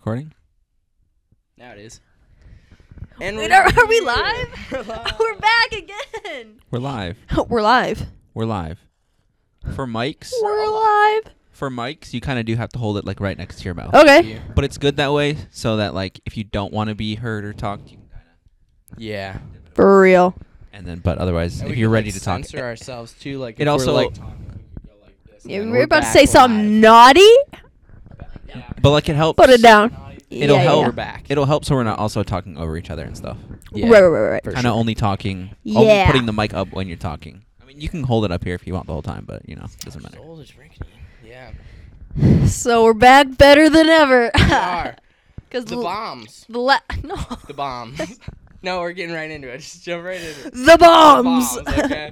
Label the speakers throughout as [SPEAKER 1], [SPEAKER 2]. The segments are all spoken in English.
[SPEAKER 1] recording?
[SPEAKER 2] Now it is. And
[SPEAKER 3] Wait, are, are we
[SPEAKER 2] here.
[SPEAKER 3] live?
[SPEAKER 2] We're live.
[SPEAKER 3] We're back again.
[SPEAKER 1] We're live.
[SPEAKER 3] We're live.
[SPEAKER 1] We're live. For mics,
[SPEAKER 3] We're live.
[SPEAKER 1] for mics, you kind of do have to hold it like right next to your mouth.
[SPEAKER 3] Okay.
[SPEAKER 1] But it's good that way, so that like if you don't want to be heard or talked, you can kind
[SPEAKER 2] Yeah.
[SPEAKER 3] For real.
[SPEAKER 1] of. And then, but otherwise,
[SPEAKER 2] And
[SPEAKER 1] if
[SPEAKER 2] we
[SPEAKER 1] you're
[SPEAKER 2] could,
[SPEAKER 1] ready
[SPEAKER 2] like,
[SPEAKER 1] to talk,
[SPEAKER 2] censor ourselves too. Like
[SPEAKER 1] It
[SPEAKER 2] if we're,
[SPEAKER 1] also-
[SPEAKER 2] like, talking, we could go like this, and
[SPEAKER 3] Yeah,
[SPEAKER 2] then
[SPEAKER 3] we were about to
[SPEAKER 2] back
[SPEAKER 3] say something
[SPEAKER 2] live.
[SPEAKER 3] naughty.
[SPEAKER 1] but like it helps.
[SPEAKER 3] Put it down.
[SPEAKER 1] It'll
[SPEAKER 3] Yeah,
[SPEAKER 1] help.
[SPEAKER 3] yeah.
[SPEAKER 2] We're back.
[SPEAKER 1] It'll help, so we're not also talking over each other and stuff.
[SPEAKER 2] Yeah.
[SPEAKER 3] Right, right, right, right.
[SPEAKER 2] For
[SPEAKER 1] Kind of
[SPEAKER 2] sure.
[SPEAKER 1] only talking, only
[SPEAKER 3] Yeah.
[SPEAKER 1] putting the mic up when you're talking. I mean, you can hold it up here if you want the whole time, but you know, doesn't matter.
[SPEAKER 2] Soul is drinking. Yeah.
[SPEAKER 3] So we're back better than ever.
[SPEAKER 2] We are.
[SPEAKER 3] Because
[SPEAKER 2] the bombs.
[SPEAKER 3] The la- no.
[SPEAKER 2] The bombs. no, we're getting right into it. Just jump right into it.
[SPEAKER 3] The bombs.
[SPEAKER 2] The bombs, okay.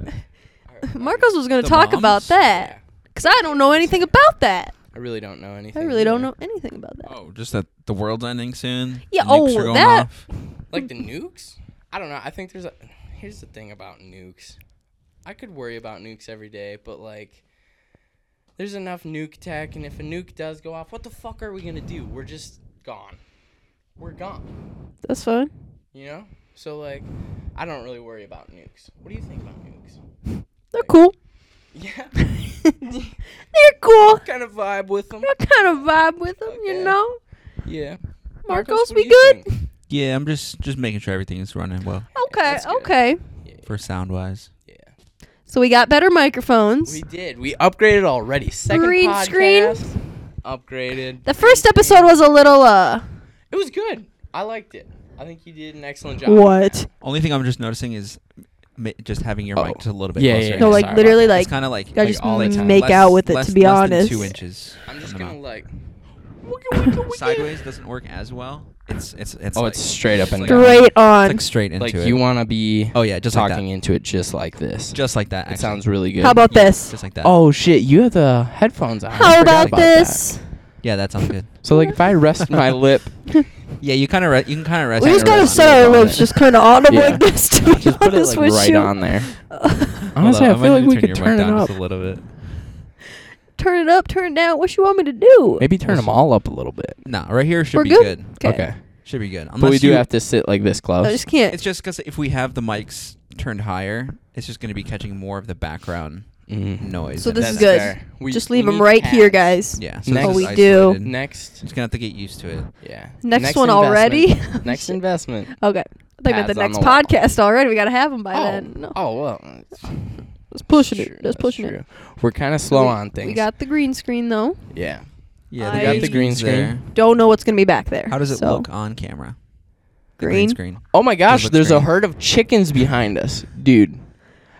[SPEAKER 2] Alright,
[SPEAKER 3] Marcos was going
[SPEAKER 1] The
[SPEAKER 3] to talk
[SPEAKER 1] bombs?
[SPEAKER 3] about
[SPEAKER 2] Yeah.
[SPEAKER 3] that. Because I don't know anything about that.
[SPEAKER 2] I really don't know anything.
[SPEAKER 3] I really don't
[SPEAKER 2] either.
[SPEAKER 3] know anything about that.
[SPEAKER 1] Oh, just that the world's ending soon.
[SPEAKER 3] Yeah,
[SPEAKER 1] the nukes
[SPEAKER 3] oh,
[SPEAKER 1] are going
[SPEAKER 3] that-
[SPEAKER 1] off.
[SPEAKER 2] Like the nukes? I don't know. I think there's a. Here's the thing about nukes. I could worry about nukes every day, but like, there's enough nuke tech, and if a nuke does go off, what the fuck are we gonna do? We're just gone. We're gone.
[SPEAKER 3] That's fine.
[SPEAKER 2] You know. So like, I don't really worry about nukes. What do you think about nukes?
[SPEAKER 3] They're cool.
[SPEAKER 2] Yeah.
[SPEAKER 3] They're cool.
[SPEAKER 2] kind of vibe with them.
[SPEAKER 3] I kind of vibe with them,
[SPEAKER 2] Okay.
[SPEAKER 3] you know?
[SPEAKER 2] Yeah.
[SPEAKER 3] Marcos,
[SPEAKER 2] what
[SPEAKER 3] we
[SPEAKER 2] do you
[SPEAKER 3] good?
[SPEAKER 2] think?
[SPEAKER 1] Yeah, I'm just just making sure everything is running well
[SPEAKER 3] Okay,
[SPEAKER 2] That's good.
[SPEAKER 3] okay.
[SPEAKER 1] for sound wise.
[SPEAKER 2] Yeah.
[SPEAKER 3] So we got better microphones.
[SPEAKER 2] We did. We upgraded already. Second
[SPEAKER 3] Green screen.
[SPEAKER 2] podcast, Upgraded.
[SPEAKER 3] The first episode was a little uh
[SPEAKER 2] It was good. I liked it. I think you did an excellent job.
[SPEAKER 3] what?
[SPEAKER 1] Only thing I'm just noticing is m- just having your
[SPEAKER 2] Oh.
[SPEAKER 1] mic just a little bit
[SPEAKER 2] Yeah,
[SPEAKER 1] closer.
[SPEAKER 2] yeah, yeah.
[SPEAKER 1] to
[SPEAKER 3] No,
[SPEAKER 1] the
[SPEAKER 3] like
[SPEAKER 1] side.
[SPEAKER 2] sorry
[SPEAKER 3] literally
[SPEAKER 2] about
[SPEAKER 3] like
[SPEAKER 1] it's kind of like
[SPEAKER 3] gotta
[SPEAKER 1] like
[SPEAKER 3] just
[SPEAKER 1] all the time.
[SPEAKER 3] make
[SPEAKER 1] less,
[SPEAKER 3] out with it, to be
[SPEAKER 1] less than two
[SPEAKER 3] honest.
[SPEAKER 1] inches.
[SPEAKER 2] I'm just
[SPEAKER 1] from the
[SPEAKER 2] gonna
[SPEAKER 1] mouth.
[SPEAKER 2] like.
[SPEAKER 1] sideways doesn't work as well. It's it's it's.
[SPEAKER 2] Oh,
[SPEAKER 1] like,
[SPEAKER 2] it's straight up and
[SPEAKER 1] like-
[SPEAKER 2] down.
[SPEAKER 3] straight on.
[SPEAKER 1] It's like straight into
[SPEAKER 2] Like
[SPEAKER 1] it.
[SPEAKER 2] you want to be
[SPEAKER 1] oh yeah, just like
[SPEAKER 2] talking
[SPEAKER 1] that.
[SPEAKER 2] into it just like this.
[SPEAKER 1] Just like that.
[SPEAKER 2] it
[SPEAKER 1] actually.
[SPEAKER 2] sounds really good.
[SPEAKER 3] How about
[SPEAKER 1] Yeah,
[SPEAKER 3] this?
[SPEAKER 1] Just like that.
[SPEAKER 2] Oh shit! You have the headphones on. I
[SPEAKER 3] How
[SPEAKER 2] forgot
[SPEAKER 3] about,
[SPEAKER 2] that.
[SPEAKER 3] this?
[SPEAKER 1] Yeah, that sounds good.
[SPEAKER 2] So like, if I rest my lip,
[SPEAKER 1] Yeah, you kind of re- you can kind of rest.
[SPEAKER 3] We
[SPEAKER 1] your
[SPEAKER 3] just
[SPEAKER 2] kinda
[SPEAKER 3] gotta
[SPEAKER 1] wrist
[SPEAKER 2] rest
[SPEAKER 3] set
[SPEAKER 2] on
[SPEAKER 3] our
[SPEAKER 2] it.
[SPEAKER 3] lips just kind of on them
[SPEAKER 2] Yeah.
[SPEAKER 3] like this to be
[SPEAKER 2] just put it
[SPEAKER 3] honest
[SPEAKER 2] like
[SPEAKER 3] with
[SPEAKER 2] right
[SPEAKER 3] you.
[SPEAKER 2] on there.
[SPEAKER 1] Hold
[SPEAKER 2] Honestly,
[SPEAKER 1] up,
[SPEAKER 2] I
[SPEAKER 1] might
[SPEAKER 2] feel like
[SPEAKER 1] need to
[SPEAKER 2] we
[SPEAKER 1] turn
[SPEAKER 2] could
[SPEAKER 1] your mic
[SPEAKER 2] turn it
[SPEAKER 1] down
[SPEAKER 2] up.
[SPEAKER 1] just a little bit.
[SPEAKER 3] Turn it up, turn it down. What you want me to do?
[SPEAKER 2] Maybe turn them all up a little bit.
[SPEAKER 1] No, right here should
[SPEAKER 3] We're
[SPEAKER 1] be
[SPEAKER 3] good.
[SPEAKER 1] good.
[SPEAKER 3] Okay.
[SPEAKER 1] Should be good. Unless
[SPEAKER 2] But we do
[SPEAKER 1] you,
[SPEAKER 2] have to sit like this close.
[SPEAKER 3] I just can't.
[SPEAKER 1] It's just because if we have the mics turned higher, it's just going to be catching more of the background
[SPEAKER 2] Mm.
[SPEAKER 1] noise.
[SPEAKER 3] So
[SPEAKER 1] in
[SPEAKER 3] this
[SPEAKER 1] it.
[SPEAKER 2] That's
[SPEAKER 3] is good.
[SPEAKER 2] fair. We-
[SPEAKER 3] just
[SPEAKER 2] we
[SPEAKER 3] leave them
[SPEAKER 2] need
[SPEAKER 3] right here,
[SPEAKER 2] pads.
[SPEAKER 3] guys.
[SPEAKER 1] Yeah. So
[SPEAKER 2] Next-
[SPEAKER 1] this is
[SPEAKER 2] we
[SPEAKER 3] do.
[SPEAKER 1] isolated.
[SPEAKER 2] Next.
[SPEAKER 1] Just gonna have to get used to it.
[SPEAKER 2] Yeah.
[SPEAKER 3] Next one already? Oh,
[SPEAKER 2] investment. next investment.
[SPEAKER 3] Okay. I think about the
[SPEAKER 2] Pads on
[SPEAKER 3] next
[SPEAKER 2] the wall.
[SPEAKER 3] podcast already. We gotta have them by then. No,
[SPEAKER 2] oh well.
[SPEAKER 3] let's push it.
[SPEAKER 2] True,
[SPEAKER 3] Let's
[SPEAKER 2] that's
[SPEAKER 3] push it.
[SPEAKER 2] true. We're kind of slow
[SPEAKER 3] We-
[SPEAKER 2] on things.
[SPEAKER 3] We got the green screen though.
[SPEAKER 2] yeah.
[SPEAKER 1] Yeah,
[SPEAKER 3] the I- green
[SPEAKER 2] screen's there.
[SPEAKER 3] Don't know what's gonna be back there.
[SPEAKER 1] How does it
[SPEAKER 3] so,
[SPEAKER 1] look on camera? The
[SPEAKER 3] Green.
[SPEAKER 1] screen.
[SPEAKER 2] Oh my gosh,
[SPEAKER 1] looks
[SPEAKER 2] there's a
[SPEAKER 1] green.
[SPEAKER 2] herd of chickens behind us, dude.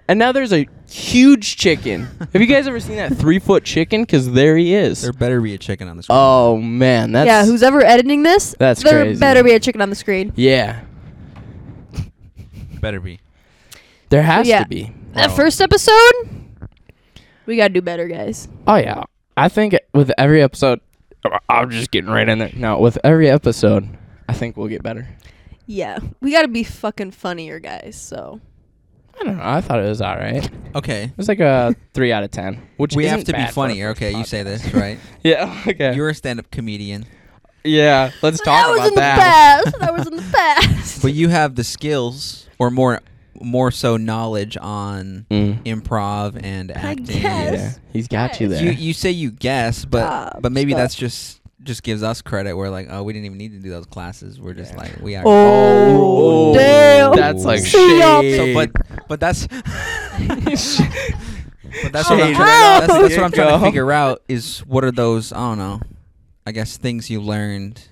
[SPEAKER 2] And now there's a huge chicken. Have you guys ever seen that three foot chicken? Because there he is.
[SPEAKER 1] There better be a chicken on the screen.
[SPEAKER 2] Oh man, that's
[SPEAKER 3] yeah, who's ever editing this?
[SPEAKER 2] That's
[SPEAKER 3] there
[SPEAKER 2] crazy.
[SPEAKER 3] better be a chicken on the screen.
[SPEAKER 2] yeah.
[SPEAKER 1] better be.
[SPEAKER 2] There has
[SPEAKER 3] Yeah.
[SPEAKER 2] to be.
[SPEAKER 3] That
[SPEAKER 1] Wow.
[SPEAKER 3] first episode, we gotta do better, guys.
[SPEAKER 2] Oh yeah, I think with every episode, I'm just getting right in there. No, with every episode, I think we'll get better.
[SPEAKER 3] Yeah, we gotta be fucking funnier, guys. So
[SPEAKER 2] I don't know. I thought it was all right. It
[SPEAKER 1] Okay.
[SPEAKER 2] was like a three out of ten, which
[SPEAKER 1] We have
[SPEAKER 2] isn't
[SPEAKER 1] to
[SPEAKER 2] bad
[SPEAKER 1] be
[SPEAKER 2] for a
[SPEAKER 1] funnier.
[SPEAKER 2] first
[SPEAKER 1] Okay, you
[SPEAKER 2] podcast.
[SPEAKER 1] say this right?
[SPEAKER 2] Yeah. Okay.
[SPEAKER 1] You're a stand-up comedian,
[SPEAKER 2] yeah. Let's talk
[SPEAKER 3] that was
[SPEAKER 2] about
[SPEAKER 3] in
[SPEAKER 2] that.
[SPEAKER 3] the past. That was in the past.
[SPEAKER 1] but you have the skills, or more, more so knowledge on
[SPEAKER 2] Mm.
[SPEAKER 1] improv and acting.
[SPEAKER 3] guess.
[SPEAKER 2] Yeah. He's got you
[SPEAKER 3] Yes.
[SPEAKER 2] there.
[SPEAKER 1] You you say you guess, but
[SPEAKER 3] Stop,
[SPEAKER 1] but maybe
[SPEAKER 3] stop.
[SPEAKER 1] that's just just gives us credit. We're like, oh, we didn't even need to do those classes. We're just
[SPEAKER 2] Yeah.
[SPEAKER 1] like we are.
[SPEAKER 3] oh,
[SPEAKER 1] Oh,
[SPEAKER 3] damn.
[SPEAKER 2] That's like
[SPEAKER 3] See ya.
[SPEAKER 2] shade.
[SPEAKER 1] So, but but that's but that's what, I'm, that's,
[SPEAKER 3] Shade.
[SPEAKER 1] that's what
[SPEAKER 2] There
[SPEAKER 1] I'm
[SPEAKER 2] you
[SPEAKER 1] trying
[SPEAKER 2] go.
[SPEAKER 1] to figure out is what are those I don't know I guess things you learned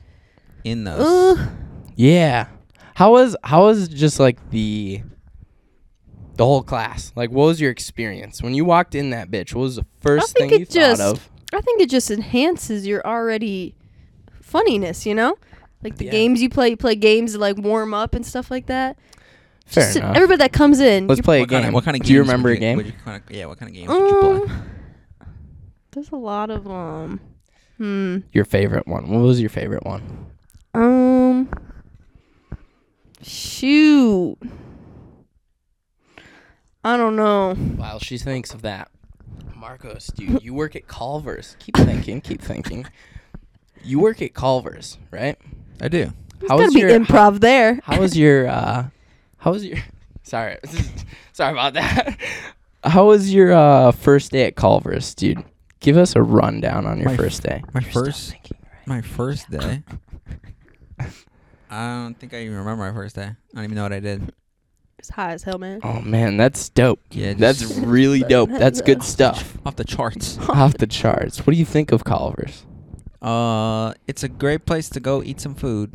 [SPEAKER 1] in those
[SPEAKER 3] Uh,
[SPEAKER 2] yeah. How was how was just like the the whole class? Like, what was your experience when you walked in that bitch? What was the first
[SPEAKER 3] think
[SPEAKER 2] thing you
[SPEAKER 3] it just-
[SPEAKER 2] thought of?
[SPEAKER 3] I think it just enhances your already funniness. You know, like the
[SPEAKER 2] Yeah.
[SPEAKER 3] games you play. You play games to like warm up and stuff like that.
[SPEAKER 2] Fair
[SPEAKER 3] Just
[SPEAKER 2] enough.
[SPEAKER 3] Everybody that comes in,
[SPEAKER 2] Let's
[SPEAKER 3] you're-
[SPEAKER 2] play a
[SPEAKER 1] what kind
[SPEAKER 2] game.
[SPEAKER 1] of what kind of games
[SPEAKER 2] Do you
[SPEAKER 1] would
[SPEAKER 2] remember a game?
[SPEAKER 1] would you kind of, yeah what kind of games would you play
[SPEAKER 3] Um, There's a lot of um. Hmm.
[SPEAKER 2] your favorite one. What was your favorite one?
[SPEAKER 3] Um. Shoot. I don't know.
[SPEAKER 2] While she thinks of that, Marcos, dude, you work at Culver's. Keep thinking. Keep thinking. You work at Culver's, right?
[SPEAKER 1] I do.
[SPEAKER 3] There's
[SPEAKER 2] How
[SPEAKER 3] gotta
[SPEAKER 2] was
[SPEAKER 3] be
[SPEAKER 2] your-
[SPEAKER 3] improv there.
[SPEAKER 2] How was your uh how was your sorry sorry about that. How was your uh first day at Culver's, dude? Give us a rundown on your
[SPEAKER 1] My
[SPEAKER 2] first day.
[SPEAKER 1] My first, my first day. I don't think I even remember my first day. I don't even know what I did.
[SPEAKER 3] It's high as hell, man.
[SPEAKER 2] Oh man, that's dope.
[SPEAKER 1] Yeah,
[SPEAKER 2] That's
[SPEAKER 1] just-
[SPEAKER 2] really dope. That's good stuff.
[SPEAKER 1] Off the charts.
[SPEAKER 2] Off the charts. What do you think of Culver's?
[SPEAKER 1] Uh, it's a great place to go eat some food.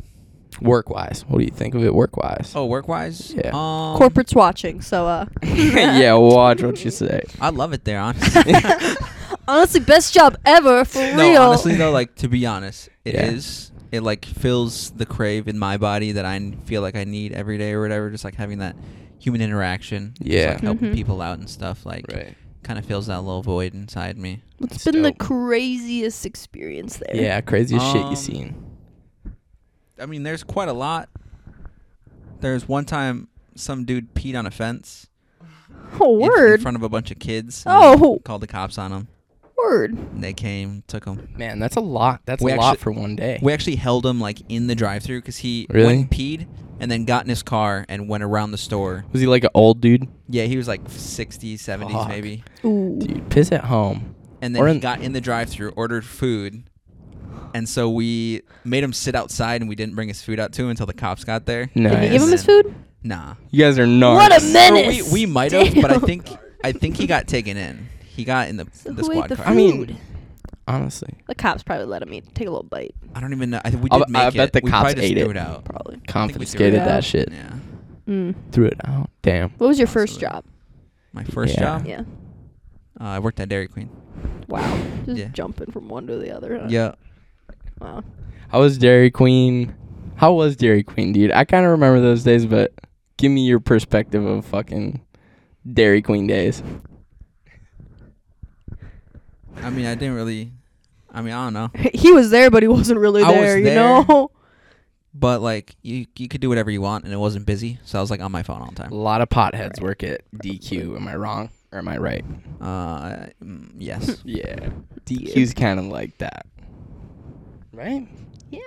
[SPEAKER 2] Work wise. What do you think of it work wise?
[SPEAKER 1] Oh, work wise,
[SPEAKER 2] Yeah.
[SPEAKER 1] Um,
[SPEAKER 3] Corporate's watching, so uh.
[SPEAKER 2] yeah, watch what you say.
[SPEAKER 1] I love it there, honestly.
[SPEAKER 3] Honestly, best job ever for
[SPEAKER 1] no,
[SPEAKER 3] real.
[SPEAKER 1] honestly though, like to be honest, it is.
[SPEAKER 2] Yeah.
[SPEAKER 1] It like fills the crave in my body that I n- feel like I need every day or whatever. Just like having that human interaction, just,
[SPEAKER 2] Yeah.
[SPEAKER 1] like, helping
[SPEAKER 3] Mhm.
[SPEAKER 1] people out and stuff. Like,
[SPEAKER 2] Right.
[SPEAKER 1] kind of fills that little void inside me.
[SPEAKER 3] What's been the
[SPEAKER 2] dope.
[SPEAKER 3] craziest experience there?
[SPEAKER 2] Yeah, craziest shit
[SPEAKER 1] Um,
[SPEAKER 2] you seen.
[SPEAKER 1] I mean, there's quite a lot. There's one time some dude peed on a fence
[SPEAKER 3] Oh,
[SPEAKER 1] in-
[SPEAKER 3] word.
[SPEAKER 1] in front of a bunch of kids. and
[SPEAKER 3] Oh.
[SPEAKER 1] called the cops on him.
[SPEAKER 3] word.
[SPEAKER 1] And they came, took him.
[SPEAKER 2] Man, that's a lot. That's
[SPEAKER 1] We
[SPEAKER 2] a lot
[SPEAKER 1] actu-
[SPEAKER 2] for one day.
[SPEAKER 1] We actually held him like in the drive-through because he
[SPEAKER 2] Really?
[SPEAKER 1] went and peed and then got in his car and went around the store.
[SPEAKER 2] Was he like an old dude?
[SPEAKER 1] Yeah, he was like 60s, 70s
[SPEAKER 2] Fuck.
[SPEAKER 1] maybe.
[SPEAKER 3] Ooh.
[SPEAKER 2] Dude, piss at home.
[SPEAKER 1] And
[SPEAKER 2] Or
[SPEAKER 1] then he
[SPEAKER 2] in-
[SPEAKER 1] got in the drive-through, ordered food, and so we made him sit outside, and we didn't bring his food out to him until the cops got there.
[SPEAKER 2] Nice.
[SPEAKER 3] Did you give him his
[SPEAKER 1] And-
[SPEAKER 3] food?
[SPEAKER 1] Nah.
[SPEAKER 2] You guys are narcs.
[SPEAKER 3] What
[SPEAKER 1] Or
[SPEAKER 3] a
[SPEAKER 1] we,
[SPEAKER 3] menace.
[SPEAKER 1] we might have, but I
[SPEAKER 3] Damn.
[SPEAKER 1] think I think he got taken in. He got in the,
[SPEAKER 3] So
[SPEAKER 1] the
[SPEAKER 3] who
[SPEAKER 1] squad
[SPEAKER 3] ate the
[SPEAKER 1] car.
[SPEAKER 3] food?
[SPEAKER 2] I mean, Honestly,
[SPEAKER 3] the cops probably let him eat. Take a little bite,
[SPEAKER 1] I don't even know. I think we
[SPEAKER 2] I'll-
[SPEAKER 1] did make
[SPEAKER 2] I
[SPEAKER 1] it.
[SPEAKER 2] bet the
[SPEAKER 1] we
[SPEAKER 2] cops
[SPEAKER 1] probably just
[SPEAKER 2] ate
[SPEAKER 1] threw
[SPEAKER 2] it.
[SPEAKER 1] it out.
[SPEAKER 3] probably.
[SPEAKER 1] it
[SPEAKER 2] confiscated
[SPEAKER 1] out.
[SPEAKER 2] that shit.
[SPEAKER 1] Yeah.
[SPEAKER 3] Mm.
[SPEAKER 2] Threw it out. Damn.
[SPEAKER 3] What was your first
[SPEAKER 1] Possibly.
[SPEAKER 3] job?
[SPEAKER 1] My first
[SPEAKER 2] Yeah.
[SPEAKER 1] job,
[SPEAKER 3] Yeah.
[SPEAKER 1] uh, I worked at Dairy Queen.
[SPEAKER 3] Wow. Just
[SPEAKER 1] Yeah.
[SPEAKER 3] jumping from one to the other. huh?
[SPEAKER 1] Yeah.
[SPEAKER 3] Wow.
[SPEAKER 2] How was Dairy Queen? How was Dairy Queen, dude? I kind of remember those days, but give me your perspective of fucking Dairy Queen days.
[SPEAKER 1] I mean, I didn't really. I mean, I don't know.
[SPEAKER 3] he was there, but he wasn't really
[SPEAKER 1] I was
[SPEAKER 3] there. You
[SPEAKER 1] there.
[SPEAKER 3] know.
[SPEAKER 1] But like, you you could do whatever you want, and it wasn't busy, so I was like on my phone all the
[SPEAKER 2] A
[SPEAKER 1] time.
[SPEAKER 2] lot of potheads work at DQ. Am I wrong or am I right?
[SPEAKER 1] Uh, mm, yes.
[SPEAKER 2] Yeah. DQ's kind of like that. Right?
[SPEAKER 3] Yeah.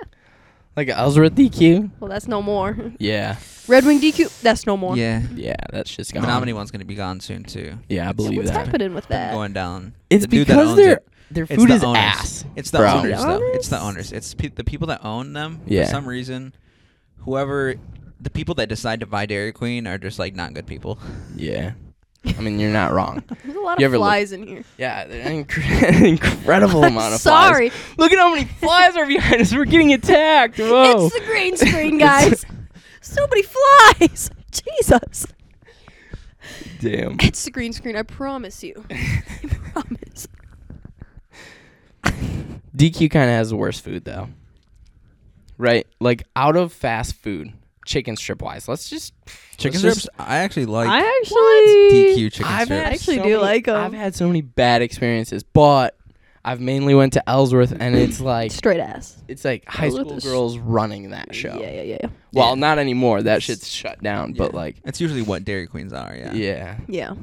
[SPEAKER 2] Like I was with DQ.
[SPEAKER 3] Well, that's no more.
[SPEAKER 2] Yeah.
[SPEAKER 3] Red Wing DQ. That's no more.
[SPEAKER 1] yeah.
[SPEAKER 2] Yeah, that's just
[SPEAKER 1] The
[SPEAKER 2] gone.
[SPEAKER 1] nominee one's gonna be gone soon too.
[SPEAKER 2] Yeah, I
[SPEAKER 1] It's
[SPEAKER 2] believe
[SPEAKER 3] What's
[SPEAKER 2] that.
[SPEAKER 3] happening with
[SPEAKER 1] been
[SPEAKER 3] that?
[SPEAKER 1] Going down.
[SPEAKER 2] It's
[SPEAKER 1] The dude that
[SPEAKER 2] because
[SPEAKER 1] owns it.
[SPEAKER 2] their their
[SPEAKER 1] It's
[SPEAKER 2] food
[SPEAKER 1] the
[SPEAKER 2] is
[SPEAKER 1] owners.
[SPEAKER 2] ass.
[SPEAKER 1] It's the
[SPEAKER 2] bro.
[SPEAKER 1] owners, though. It's the
[SPEAKER 3] Owners?
[SPEAKER 1] owners. It's pe- the people that own them.
[SPEAKER 2] Yeah.
[SPEAKER 1] For some reason, whoever, the people that decide to buy Dairy Queen are just like not good people.
[SPEAKER 2] Yeah. I mean, you're not wrong.
[SPEAKER 3] There's a lot
[SPEAKER 2] You
[SPEAKER 3] of
[SPEAKER 2] ever look-
[SPEAKER 3] flies in here.
[SPEAKER 2] Yeah, there's an incre- incredible amount of
[SPEAKER 3] Sorry.
[SPEAKER 2] flies. Look at how many flies are behind us. We're getting attacked. Whoa.
[SPEAKER 3] It's the green screen, guys. so many flies. Jesus.
[SPEAKER 2] Damn.
[SPEAKER 3] It's the green screen. I promise you. I promise.
[SPEAKER 2] DQ kind of has the worst food though. Right? Like out of fast food, chicken strip wise. Let's just
[SPEAKER 1] Chicken
[SPEAKER 2] let's
[SPEAKER 1] strips.
[SPEAKER 2] just-
[SPEAKER 1] I actually like
[SPEAKER 3] actually.
[SPEAKER 1] DQ chicken
[SPEAKER 2] I've
[SPEAKER 1] strips.
[SPEAKER 2] had
[SPEAKER 3] actually
[SPEAKER 2] so
[SPEAKER 3] do
[SPEAKER 2] many-
[SPEAKER 3] like 'em.
[SPEAKER 2] I've had so many bad experiences, but I've mainly went to Ellsworth and it's like
[SPEAKER 3] Straight ass.
[SPEAKER 2] it's like high
[SPEAKER 3] Ellsworth
[SPEAKER 2] school
[SPEAKER 3] is-
[SPEAKER 2] girls running that show.
[SPEAKER 3] Yeah, yeah, yeah, yeah.
[SPEAKER 2] Well,
[SPEAKER 1] Yeah.
[SPEAKER 2] not anymore. That shit's shut down, but
[SPEAKER 1] Yeah.
[SPEAKER 2] like
[SPEAKER 1] That's usually what Dairy Queens are. Yeah.
[SPEAKER 2] yeah.
[SPEAKER 3] Yeah.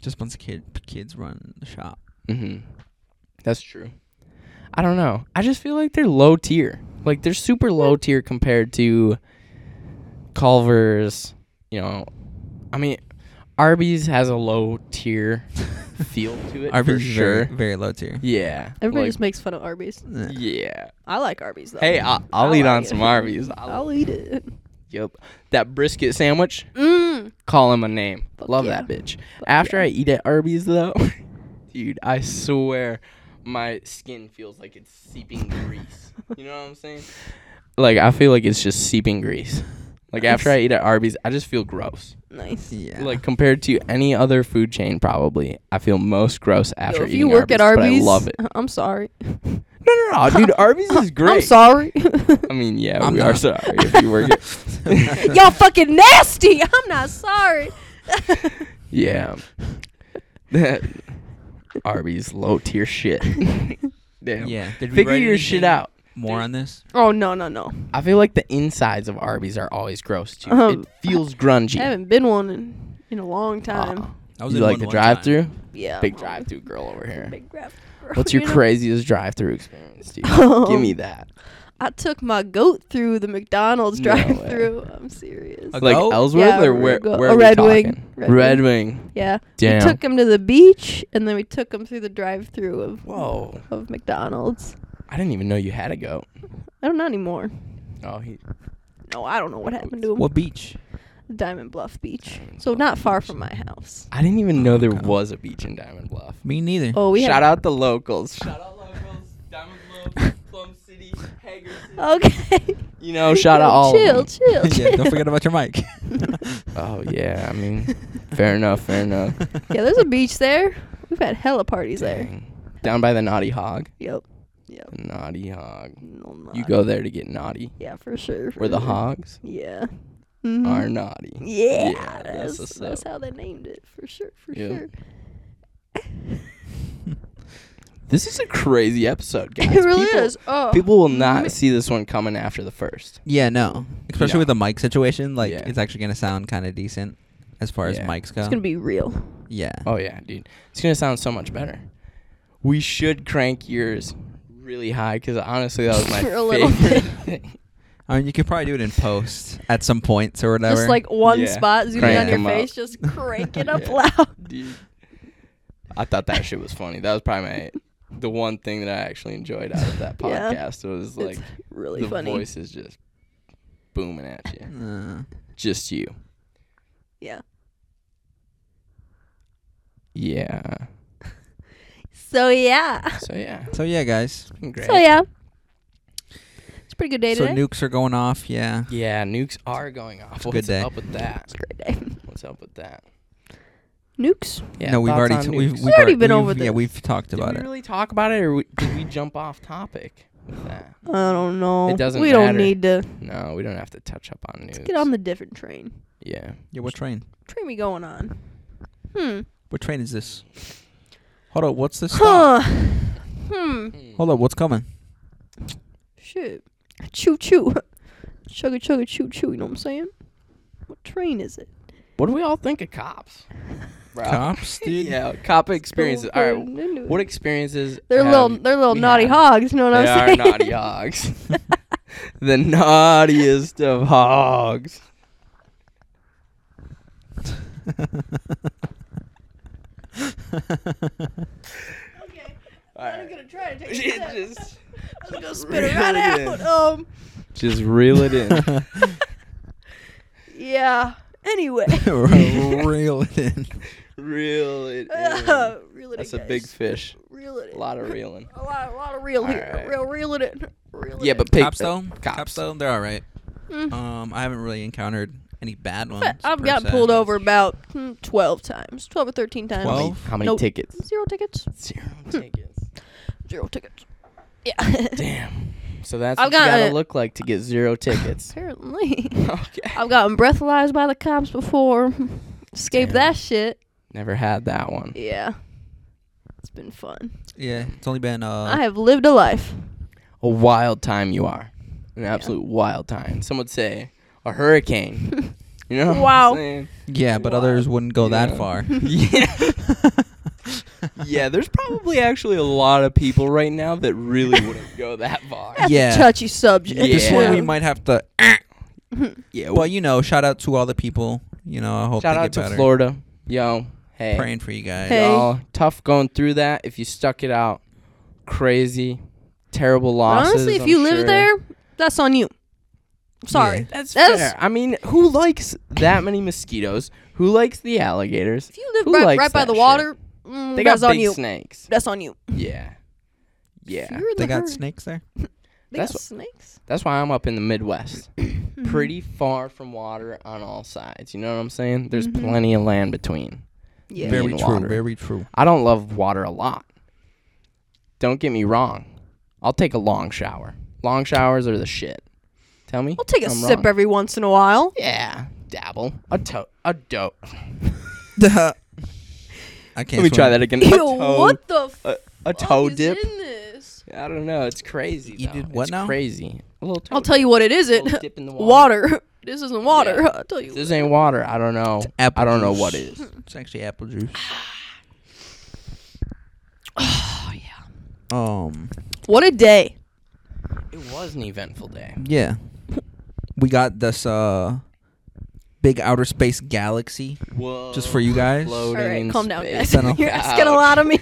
[SPEAKER 1] Just bunch of kid kids run the shop.
[SPEAKER 2] Mhm. That's true. I don't know. I just feel like they're low tier. Like they're super
[SPEAKER 3] Hmm.
[SPEAKER 2] low tier compared to Culver's, you know. I mean, Arby's has a low tier feel to it
[SPEAKER 1] Arby's
[SPEAKER 2] for
[SPEAKER 1] is
[SPEAKER 2] sure.
[SPEAKER 1] Very, very low tier.
[SPEAKER 2] Yeah.
[SPEAKER 3] Everybody
[SPEAKER 2] like-
[SPEAKER 3] just makes fun of Arby's.
[SPEAKER 1] Yeah.
[SPEAKER 2] yeah.
[SPEAKER 3] I like Arby's though.
[SPEAKER 2] Hey, I'll, I'll
[SPEAKER 3] I
[SPEAKER 2] eat
[SPEAKER 3] like
[SPEAKER 2] on
[SPEAKER 3] it.
[SPEAKER 2] some Arby's.
[SPEAKER 3] I'll,
[SPEAKER 2] I'll,
[SPEAKER 3] eat it.
[SPEAKER 2] yep. That brisket sandwich,
[SPEAKER 3] Mm.
[SPEAKER 2] call him a name.
[SPEAKER 3] Fuck
[SPEAKER 2] Love
[SPEAKER 3] yeah.
[SPEAKER 2] that bitch. After
[SPEAKER 3] yeah.
[SPEAKER 2] I eat at Arby's though, dude, I swear my skin feels like it's seeping grease. You know what I'm saying? Like I feel like it's just seeping grease. Like after I eat at Arby's, I just feel gross.
[SPEAKER 3] Nice.
[SPEAKER 1] Yeah.
[SPEAKER 2] Like compared to any other food chain, probably I feel most gross after
[SPEAKER 3] Yo, if
[SPEAKER 2] eating
[SPEAKER 3] you work
[SPEAKER 2] Arby's,
[SPEAKER 3] at Arby's,
[SPEAKER 2] but I love it.
[SPEAKER 3] I'm sorry.
[SPEAKER 2] No, no, no, dude, Arby's is great.
[SPEAKER 3] I'm sorry.
[SPEAKER 2] I mean, yeah,
[SPEAKER 1] I'm
[SPEAKER 2] we are
[SPEAKER 1] not.
[SPEAKER 2] sorry if you work at.
[SPEAKER 3] Y'all fucking nasty. I'm not sorry.
[SPEAKER 2] Yeah. Arby's low tier shit. Damn.
[SPEAKER 1] yeah. Did we
[SPEAKER 2] Figure
[SPEAKER 1] write
[SPEAKER 2] your shit
[SPEAKER 1] anything
[SPEAKER 2] out.
[SPEAKER 1] More on this.
[SPEAKER 3] oh no, no, no.
[SPEAKER 2] I feel like the insides of Arby's are always gross too.
[SPEAKER 3] Um,
[SPEAKER 2] it feels grungy.
[SPEAKER 3] I haven't been one in, in a long time.
[SPEAKER 2] Ah.
[SPEAKER 1] I was
[SPEAKER 2] you
[SPEAKER 1] in
[SPEAKER 2] like
[SPEAKER 1] one
[SPEAKER 2] the
[SPEAKER 1] one time.
[SPEAKER 2] drive-through?
[SPEAKER 3] yeah.
[SPEAKER 2] Big drive-through girl over here.
[SPEAKER 3] Big drive.
[SPEAKER 2] What's
[SPEAKER 3] you
[SPEAKER 2] your
[SPEAKER 3] know?
[SPEAKER 2] craziest drive-through experience, dude? Give me that.
[SPEAKER 3] I took my goat through the McDonald's
[SPEAKER 2] No way.
[SPEAKER 3] drive-through. I'm serious.
[SPEAKER 1] A
[SPEAKER 2] Like
[SPEAKER 1] goat?
[SPEAKER 2] Ellsworth
[SPEAKER 3] Yeah,
[SPEAKER 2] or
[SPEAKER 3] we're
[SPEAKER 2] where?
[SPEAKER 3] go-
[SPEAKER 2] where
[SPEAKER 3] a
[SPEAKER 2] are we
[SPEAKER 3] Red Wing.
[SPEAKER 2] talking?
[SPEAKER 3] Red
[SPEAKER 2] Red Wing.
[SPEAKER 3] Yeah.
[SPEAKER 2] Damn.
[SPEAKER 3] We took him to the beach and then we took him through the drive-through of
[SPEAKER 2] Whoa!
[SPEAKER 3] of McDonald's.
[SPEAKER 2] I didn't even know you had a goat.
[SPEAKER 3] I don't know anymore.
[SPEAKER 2] Oh, he.
[SPEAKER 3] No, I don't know what happened to him.
[SPEAKER 1] What beach?
[SPEAKER 3] Diamond Bluff Beach.
[SPEAKER 2] Diamond
[SPEAKER 3] So
[SPEAKER 2] Bluff
[SPEAKER 3] not far
[SPEAKER 2] Beach.
[SPEAKER 3] from my house.
[SPEAKER 2] I didn't even know there
[SPEAKER 1] Oh, Okay.
[SPEAKER 2] was a beach in Diamond Bluff.
[SPEAKER 1] Me neither.
[SPEAKER 3] Oh, we
[SPEAKER 2] Shout
[SPEAKER 3] had
[SPEAKER 2] out the locals. Shout out locals. Diamond Bluff, Plum City, Hagerson.
[SPEAKER 3] Okay.
[SPEAKER 2] You know, shout out all.
[SPEAKER 3] Uh, Chill,
[SPEAKER 2] Of them.
[SPEAKER 3] chill, chill.
[SPEAKER 1] yeah, don't forget about your mic.
[SPEAKER 2] Oh yeah, I mean, fair enough, fair enough.
[SPEAKER 3] Yeah, there's a beach there. We've had hella parties there.
[SPEAKER 2] Dang. Down by the Naughty Hog.
[SPEAKER 3] Yep. Yep.
[SPEAKER 2] The Naughty Hog.
[SPEAKER 3] No,
[SPEAKER 2] You
[SPEAKER 3] not-
[SPEAKER 2] go there to get naughty.
[SPEAKER 3] Yeah, for sure. For
[SPEAKER 2] Where the
[SPEAKER 3] sure.
[SPEAKER 2] hogs
[SPEAKER 3] Yeah. Mhm.
[SPEAKER 2] are naughty.
[SPEAKER 3] Yeah,
[SPEAKER 2] Yeah,
[SPEAKER 3] that's,
[SPEAKER 2] that's
[SPEAKER 3] that's,
[SPEAKER 2] what's up.
[SPEAKER 3] how they named it for sure, for
[SPEAKER 2] Yeah.
[SPEAKER 3] sure.
[SPEAKER 2] This is a crazy episode, guys.
[SPEAKER 3] it really
[SPEAKER 2] people,
[SPEAKER 3] is. Oh,
[SPEAKER 2] People will not see this one coming after the first.
[SPEAKER 1] yeah, no. Especially
[SPEAKER 2] Yeah.
[SPEAKER 1] with the mic situation, like
[SPEAKER 2] Yeah.
[SPEAKER 1] it's actually gonna sound kind of decent as far as
[SPEAKER 2] Yeah.
[SPEAKER 1] mics go.
[SPEAKER 3] it's gonna be real.
[SPEAKER 1] yeah.
[SPEAKER 2] Oh yeah, dude. It's gonna sound so much better. We should crank yours really high because honestly, that was my
[SPEAKER 3] For a little
[SPEAKER 2] favorite
[SPEAKER 3] bit.
[SPEAKER 2] thing.
[SPEAKER 1] I mean, you could probably do it in post at some points or whatever.
[SPEAKER 3] Just like one
[SPEAKER 2] Yeah.
[SPEAKER 3] spot, zooming
[SPEAKER 2] Crank
[SPEAKER 3] on your
[SPEAKER 2] 'em up.
[SPEAKER 3] face, just crank it up
[SPEAKER 2] Yeah.
[SPEAKER 3] loud.
[SPEAKER 2] Dude. I thought that shit was funny. That was probably my the one thing that I actually enjoyed out of that
[SPEAKER 3] Yeah.
[SPEAKER 2] podcast was like
[SPEAKER 3] it's really
[SPEAKER 2] the
[SPEAKER 3] funny.
[SPEAKER 2] voice is just booming at you.
[SPEAKER 1] Uh,
[SPEAKER 2] Just you.
[SPEAKER 3] Yeah.
[SPEAKER 2] Yeah.
[SPEAKER 3] So yeah.
[SPEAKER 2] So yeah.
[SPEAKER 1] so yeah, guys.
[SPEAKER 2] it's been Great.
[SPEAKER 3] So yeah. It's a pretty good day
[SPEAKER 1] So
[SPEAKER 3] today.
[SPEAKER 1] nukes are going off. Yeah.
[SPEAKER 2] Yeah, nukes are going off.
[SPEAKER 1] a
[SPEAKER 2] What's
[SPEAKER 1] good day.
[SPEAKER 2] up with that?
[SPEAKER 3] It's a great day.
[SPEAKER 2] What's up with that?
[SPEAKER 3] Nukes.
[SPEAKER 2] Yeah,
[SPEAKER 1] no, we've
[SPEAKER 2] thoughts
[SPEAKER 1] already
[SPEAKER 2] on
[SPEAKER 1] t-
[SPEAKER 2] nukes.
[SPEAKER 1] we've, we've
[SPEAKER 3] already
[SPEAKER 1] ar-
[SPEAKER 3] been
[SPEAKER 1] we've-
[SPEAKER 3] over
[SPEAKER 1] Yeah,
[SPEAKER 3] this.
[SPEAKER 1] we've talked
[SPEAKER 2] Did
[SPEAKER 1] about
[SPEAKER 2] we
[SPEAKER 1] it.
[SPEAKER 2] really talk about it, or we- did we jump off topic with that?
[SPEAKER 3] I don't know.
[SPEAKER 2] It doesn't
[SPEAKER 3] we
[SPEAKER 2] matter.
[SPEAKER 3] don't need to
[SPEAKER 2] No, we don't have to touch up on nukes.
[SPEAKER 3] get on the different train.
[SPEAKER 2] yeah.
[SPEAKER 1] Yeah, what train?
[SPEAKER 3] Train we going on. Hmm.
[SPEAKER 1] What train is this? Hold up, what's this? Stop?
[SPEAKER 3] Huh. Hmm.
[SPEAKER 1] Hold up, what's coming?
[SPEAKER 3] Shit. Choo choo. Chugga chugga choo choo. You know what I'm saying? What train is it?
[SPEAKER 2] What do we all think of cops? Bro.
[SPEAKER 1] Cops, dude.
[SPEAKER 2] yeah, cop experiences. All right,
[SPEAKER 3] Don't get into it.
[SPEAKER 2] what experiences?
[SPEAKER 3] They're
[SPEAKER 2] have
[SPEAKER 3] little, they're little
[SPEAKER 2] we
[SPEAKER 3] naughty
[SPEAKER 2] had?
[SPEAKER 3] hogs. You know what
[SPEAKER 2] they
[SPEAKER 3] I'm
[SPEAKER 2] are
[SPEAKER 3] saying?
[SPEAKER 2] naughty hogs. the naughtiest of hogs.
[SPEAKER 3] okay,
[SPEAKER 2] All right.
[SPEAKER 3] gonna try to
[SPEAKER 2] just,
[SPEAKER 3] I'm gonna
[SPEAKER 2] spit it right Reel it out. in.
[SPEAKER 3] Um,
[SPEAKER 2] just reel it in.
[SPEAKER 3] yeah. Anyway,
[SPEAKER 1] Reel it in.
[SPEAKER 2] reel it in.
[SPEAKER 3] uh, reel it
[SPEAKER 2] That's
[SPEAKER 3] in,
[SPEAKER 2] a big
[SPEAKER 3] guys.
[SPEAKER 2] fish.
[SPEAKER 3] Reel it
[SPEAKER 2] A
[SPEAKER 3] in.
[SPEAKER 2] lot of reeling.
[SPEAKER 3] A lot, a lot of reel
[SPEAKER 2] All
[SPEAKER 3] here.
[SPEAKER 2] right.
[SPEAKER 3] Reel, reel it in. Reel it
[SPEAKER 2] Yeah,
[SPEAKER 3] in.
[SPEAKER 2] but pig,
[SPEAKER 1] Cops though?
[SPEAKER 2] Cops.
[SPEAKER 1] though, they're all right.
[SPEAKER 3] Mm.
[SPEAKER 1] Um, I haven't really encountered any bad ones.
[SPEAKER 3] I've
[SPEAKER 1] per
[SPEAKER 3] gotten
[SPEAKER 1] se.
[SPEAKER 3] pulled over about mm, 12 times, 12 or 13 times.
[SPEAKER 2] How many,
[SPEAKER 1] 12?
[SPEAKER 2] how many
[SPEAKER 3] Nope.
[SPEAKER 2] tickets?
[SPEAKER 3] Zero tickets.
[SPEAKER 2] Zero tickets.
[SPEAKER 3] Zero tickets. Yeah.
[SPEAKER 2] Damn. So that's what
[SPEAKER 3] I've
[SPEAKER 2] you
[SPEAKER 3] gotten-
[SPEAKER 2] gotta look like to get zero tickets.
[SPEAKER 3] Apparently.
[SPEAKER 2] okay.
[SPEAKER 3] I've gotten breathalyzed by the cops before. Escaped
[SPEAKER 2] Damn.
[SPEAKER 3] that shit.
[SPEAKER 2] Never had that one.
[SPEAKER 3] Yeah. It's been fun.
[SPEAKER 1] Yeah, it's only been uh.
[SPEAKER 3] I have lived a life.
[SPEAKER 2] A wild time you are. An absolute wild time. Some would say a hurricane. You know? what I'm
[SPEAKER 3] Wow.
[SPEAKER 2] saying?
[SPEAKER 1] yeah, but others wouldn't go that
[SPEAKER 2] Yeah.
[SPEAKER 1] far.
[SPEAKER 2] yeah. yeah, there's probably actually a lot of people right now that really wouldn't go that far.
[SPEAKER 3] That's
[SPEAKER 1] Yeah.
[SPEAKER 3] a touchy subject.
[SPEAKER 2] Yeah.
[SPEAKER 1] This one we might have to.
[SPEAKER 2] Yeah.
[SPEAKER 1] Well, you know, shout out to all the people. You know, I hope
[SPEAKER 2] shout
[SPEAKER 1] they
[SPEAKER 2] out
[SPEAKER 1] get
[SPEAKER 2] to
[SPEAKER 1] better.
[SPEAKER 2] Florida. Yo. Hey.
[SPEAKER 1] Praying for you guys.
[SPEAKER 3] Hey.
[SPEAKER 2] Y'all tough going through that if you stuck it out. Crazy. Terrible
[SPEAKER 3] But
[SPEAKER 2] losses.
[SPEAKER 3] honestly, if
[SPEAKER 2] I'm
[SPEAKER 3] you
[SPEAKER 2] sure.
[SPEAKER 3] live there, that's on you. I'm Sorry.
[SPEAKER 1] Yeah.
[SPEAKER 2] That's,
[SPEAKER 3] That's-
[SPEAKER 2] fair. I mean, who likes that many mosquitoes? Who likes the alligators?
[SPEAKER 3] If you live
[SPEAKER 2] Who
[SPEAKER 3] right,
[SPEAKER 2] likes
[SPEAKER 3] right by
[SPEAKER 2] that
[SPEAKER 3] the
[SPEAKER 2] shit?
[SPEAKER 3] water, mm,
[SPEAKER 2] They got
[SPEAKER 3] that's on
[SPEAKER 2] big
[SPEAKER 3] you.
[SPEAKER 2] snakes.
[SPEAKER 3] That's on you.
[SPEAKER 2] Yeah. Yeah.
[SPEAKER 3] You're in
[SPEAKER 1] They
[SPEAKER 3] the hur-
[SPEAKER 1] got snakes there.
[SPEAKER 3] They got
[SPEAKER 2] That's-
[SPEAKER 3] snakes.
[SPEAKER 2] That's why I'm up in the Midwest.
[SPEAKER 3] Mm-hmm.
[SPEAKER 2] Pretty far from water on all sides. You know what I'm saying? There's
[SPEAKER 3] Mhm.
[SPEAKER 2] plenty of land between.
[SPEAKER 3] Yeah.
[SPEAKER 2] Very
[SPEAKER 1] Very
[SPEAKER 2] mean
[SPEAKER 1] true.
[SPEAKER 2] water.
[SPEAKER 1] Very true.
[SPEAKER 2] I don't love water a lot. Don't get me wrong. I'll take a long shower. Long showers are the shit. Tell me.
[SPEAKER 3] I'll take a
[SPEAKER 2] I'm
[SPEAKER 3] sip
[SPEAKER 2] wrong.
[SPEAKER 3] every once in a while.
[SPEAKER 2] Yeah. Dabble. A toe. A dope.
[SPEAKER 1] I can't.
[SPEAKER 2] Let me try
[SPEAKER 1] swim.
[SPEAKER 2] that again. A
[SPEAKER 3] Ew,
[SPEAKER 2] toe.
[SPEAKER 3] what the f-
[SPEAKER 2] A, a
[SPEAKER 3] fuck
[SPEAKER 2] toe
[SPEAKER 3] is
[SPEAKER 2] dip.
[SPEAKER 3] in this?
[SPEAKER 2] I don't know. It's crazy.
[SPEAKER 1] You
[SPEAKER 2] though.
[SPEAKER 1] did what
[SPEAKER 2] it's
[SPEAKER 1] now?
[SPEAKER 2] Crazy. A little toe
[SPEAKER 3] I'll tell you what it
[SPEAKER 2] dip, a little
[SPEAKER 3] isn't.
[SPEAKER 2] dip in the water.
[SPEAKER 3] Water. This isn't water.
[SPEAKER 2] Yeah.
[SPEAKER 3] I'll tell you.
[SPEAKER 2] If This ain't water. I don't know.
[SPEAKER 1] apple
[SPEAKER 2] I don't know
[SPEAKER 1] juice.
[SPEAKER 2] what it is.
[SPEAKER 1] It's actually apple juice.
[SPEAKER 3] Oh yeah.
[SPEAKER 1] Um,
[SPEAKER 3] What a day.
[SPEAKER 2] It was an eventful day.
[SPEAKER 1] yeah, we got this uh big outer space galaxy.
[SPEAKER 2] Whoa.
[SPEAKER 1] Just for you guys?
[SPEAKER 2] Floating
[SPEAKER 3] All right,
[SPEAKER 2] in
[SPEAKER 3] calm down, guys.
[SPEAKER 2] space.
[SPEAKER 1] Send off.
[SPEAKER 3] You're asking a
[SPEAKER 2] Ouch.
[SPEAKER 3] lot of me.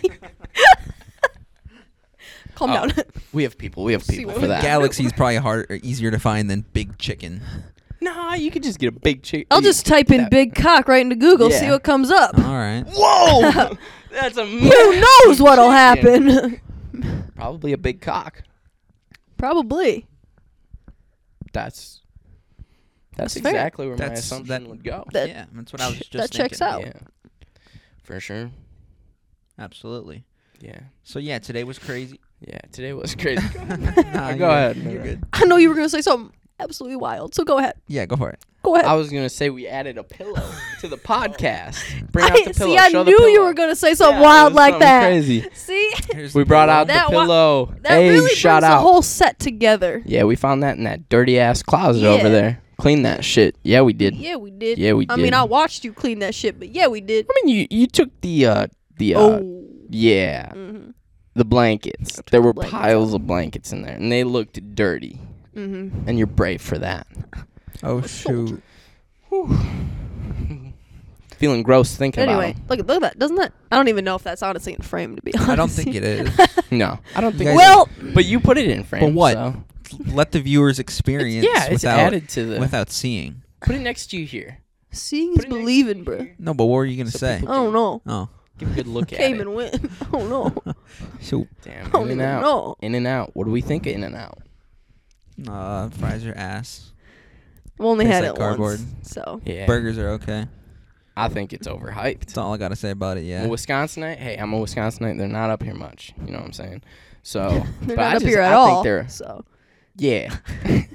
[SPEAKER 3] calm
[SPEAKER 2] Oh,
[SPEAKER 3] down.
[SPEAKER 2] We have people. We have
[SPEAKER 3] See
[SPEAKER 2] people
[SPEAKER 3] what
[SPEAKER 2] for
[SPEAKER 3] we
[SPEAKER 2] that.
[SPEAKER 3] got.
[SPEAKER 1] Galaxy is probably harder, or easier to find than big chicken.
[SPEAKER 2] nah, you could just get a big chick.
[SPEAKER 3] I'll just type in
[SPEAKER 2] that-
[SPEAKER 3] big cock right into Google, see
[SPEAKER 2] Yeah.
[SPEAKER 3] what comes up.
[SPEAKER 1] All right.
[SPEAKER 2] Whoa! That's a.
[SPEAKER 3] Who knows what'll happen?
[SPEAKER 2] Probably a big cock.
[SPEAKER 3] Probably.
[SPEAKER 2] That's. That's,
[SPEAKER 3] That's fair.
[SPEAKER 2] exactly where my
[SPEAKER 1] That's-
[SPEAKER 2] assumption
[SPEAKER 1] that-
[SPEAKER 2] would go.
[SPEAKER 3] That-
[SPEAKER 1] yeah, that's what I was just.
[SPEAKER 3] that checks
[SPEAKER 1] thinking.
[SPEAKER 3] out.
[SPEAKER 2] Yeah. For sure.
[SPEAKER 1] Absolutely.
[SPEAKER 2] Yeah.
[SPEAKER 1] So yeah, today was crazy.
[SPEAKER 2] Yeah. Today was crazy. Go
[SPEAKER 1] Nah, you're-
[SPEAKER 2] ahead.
[SPEAKER 1] You're good.
[SPEAKER 3] I know you were going to say something absolutely wild, so go ahead.
[SPEAKER 1] Yeah, go for it.
[SPEAKER 3] Go ahead.
[SPEAKER 2] I was gonna say we added a pillow to the podcast. Bring out
[SPEAKER 3] I,
[SPEAKER 2] the pillow.
[SPEAKER 3] see, I
[SPEAKER 2] show
[SPEAKER 3] knew
[SPEAKER 2] the
[SPEAKER 3] you
[SPEAKER 2] pillow.
[SPEAKER 3] were going to say something
[SPEAKER 2] Yeah,
[SPEAKER 3] wild
[SPEAKER 2] there's
[SPEAKER 3] like
[SPEAKER 2] something
[SPEAKER 3] that.
[SPEAKER 2] Crazy.
[SPEAKER 3] See?
[SPEAKER 1] Here's
[SPEAKER 2] We
[SPEAKER 1] the
[SPEAKER 2] brought
[SPEAKER 1] pillow.
[SPEAKER 2] out
[SPEAKER 3] That
[SPEAKER 2] the
[SPEAKER 3] wa-
[SPEAKER 2] pillow.
[SPEAKER 3] That
[SPEAKER 2] hey,
[SPEAKER 3] really
[SPEAKER 2] shout
[SPEAKER 3] brings
[SPEAKER 2] out.
[SPEAKER 3] the whole set together.
[SPEAKER 2] yeah, we found that in that dirty ass closet
[SPEAKER 3] Yeah.
[SPEAKER 2] over there. Clean that shit. Yeah, we did.
[SPEAKER 3] Yeah, we did.
[SPEAKER 2] Yeah, we
[SPEAKER 3] I mean,
[SPEAKER 2] did.
[SPEAKER 3] I watched you clean that shit, but yeah, we did.
[SPEAKER 2] I mean, you you took the uh the uh
[SPEAKER 3] oh.
[SPEAKER 2] yeah
[SPEAKER 3] Mm-hmm.
[SPEAKER 2] the blankets. There
[SPEAKER 3] the
[SPEAKER 2] were
[SPEAKER 3] blankets
[SPEAKER 2] piles of blankets in there, and they looked dirty.
[SPEAKER 3] Mm-hmm.
[SPEAKER 2] And you're brave for that.
[SPEAKER 1] Oh
[SPEAKER 3] soldier.
[SPEAKER 1] shoot.
[SPEAKER 2] Feeling gross thinking
[SPEAKER 3] Anyway,
[SPEAKER 2] about
[SPEAKER 3] look at look at that. Doesn't that? I don't even know if that's honestly in frame. To be honest,
[SPEAKER 1] I don't think it is.
[SPEAKER 2] them. No, I don't think.
[SPEAKER 1] guys-
[SPEAKER 3] well,
[SPEAKER 2] but you put it in frame.
[SPEAKER 1] But what?
[SPEAKER 2] so-
[SPEAKER 1] Let the viewers experience.
[SPEAKER 2] yeah, it's
[SPEAKER 1] without,
[SPEAKER 2] added to the.
[SPEAKER 1] without seeing.
[SPEAKER 2] put it next to you here.
[SPEAKER 3] seeing
[SPEAKER 2] Put
[SPEAKER 3] is
[SPEAKER 2] it next to
[SPEAKER 3] believing,
[SPEAKER 2] you
[SPEAKER 3] bro.
[SPEAKER 2] here.
[SPEAKER 1] No, but what were you gonna
[SPEAKER 2] So
[SPEAKER 1] say?
[SPEAKER 2] people-
[SPEAKER 3] I don't know.
[SPEAKER 1] Oh,
[SPEAKER 2] Give a good look at
[SPEAKER 3] Came
[SPEAKER 2] it.
[SPEAKER 3] and went. I don't know.
[SPEAKER 1] so
[SPEAKER 2] Damn,
[SPEAKER 3] I don't
[SPEAKER 2] in and
[SPEAKER 3] even
[SPEAKER 2] out.
[SPEAKER 3] know.
[SPEAKER 2] In and out. What do we think of in and out?
[SPEAKER 1] uh, fries are ass.
[SPEAKER 3] We only
[SPEAKER 1] Tastes
[SPEAKER 3] had
[SPEAKER 1] like
[SPEAKER 3] it
[SPEAKER 1] cardboard.
[SPEAKER 3] once. So
[SPEAKER 2] Yeah.
[SPEAKER 1] Burgers are okay.
[SPEAKER 2] I think it's overhyped.
[SPEAKER 1] That's all I gotta say about it.
[SPEAKER 2] I'm
[SPEAKER 1] Yeah.
[SPEAKER 2] A Wisconsinite, hey, I'm a Wisconsinite. They're not up here much. You know what I'm saying? So
[SPEAKER 3] they're
[SPEAKER 2] Oh. but
[SPEAKER 3] not
[SPEAKER 2] I
[SPEAKER 3] up
[SPEAKER 2] just-
[SPEAKER 3] here at
[SPEAKER 2] I
[SPEAKER 3] all.
[SPEAKER 2] Think
[SPEAKER 3] So
[SPEAKER 2] they're, yeah,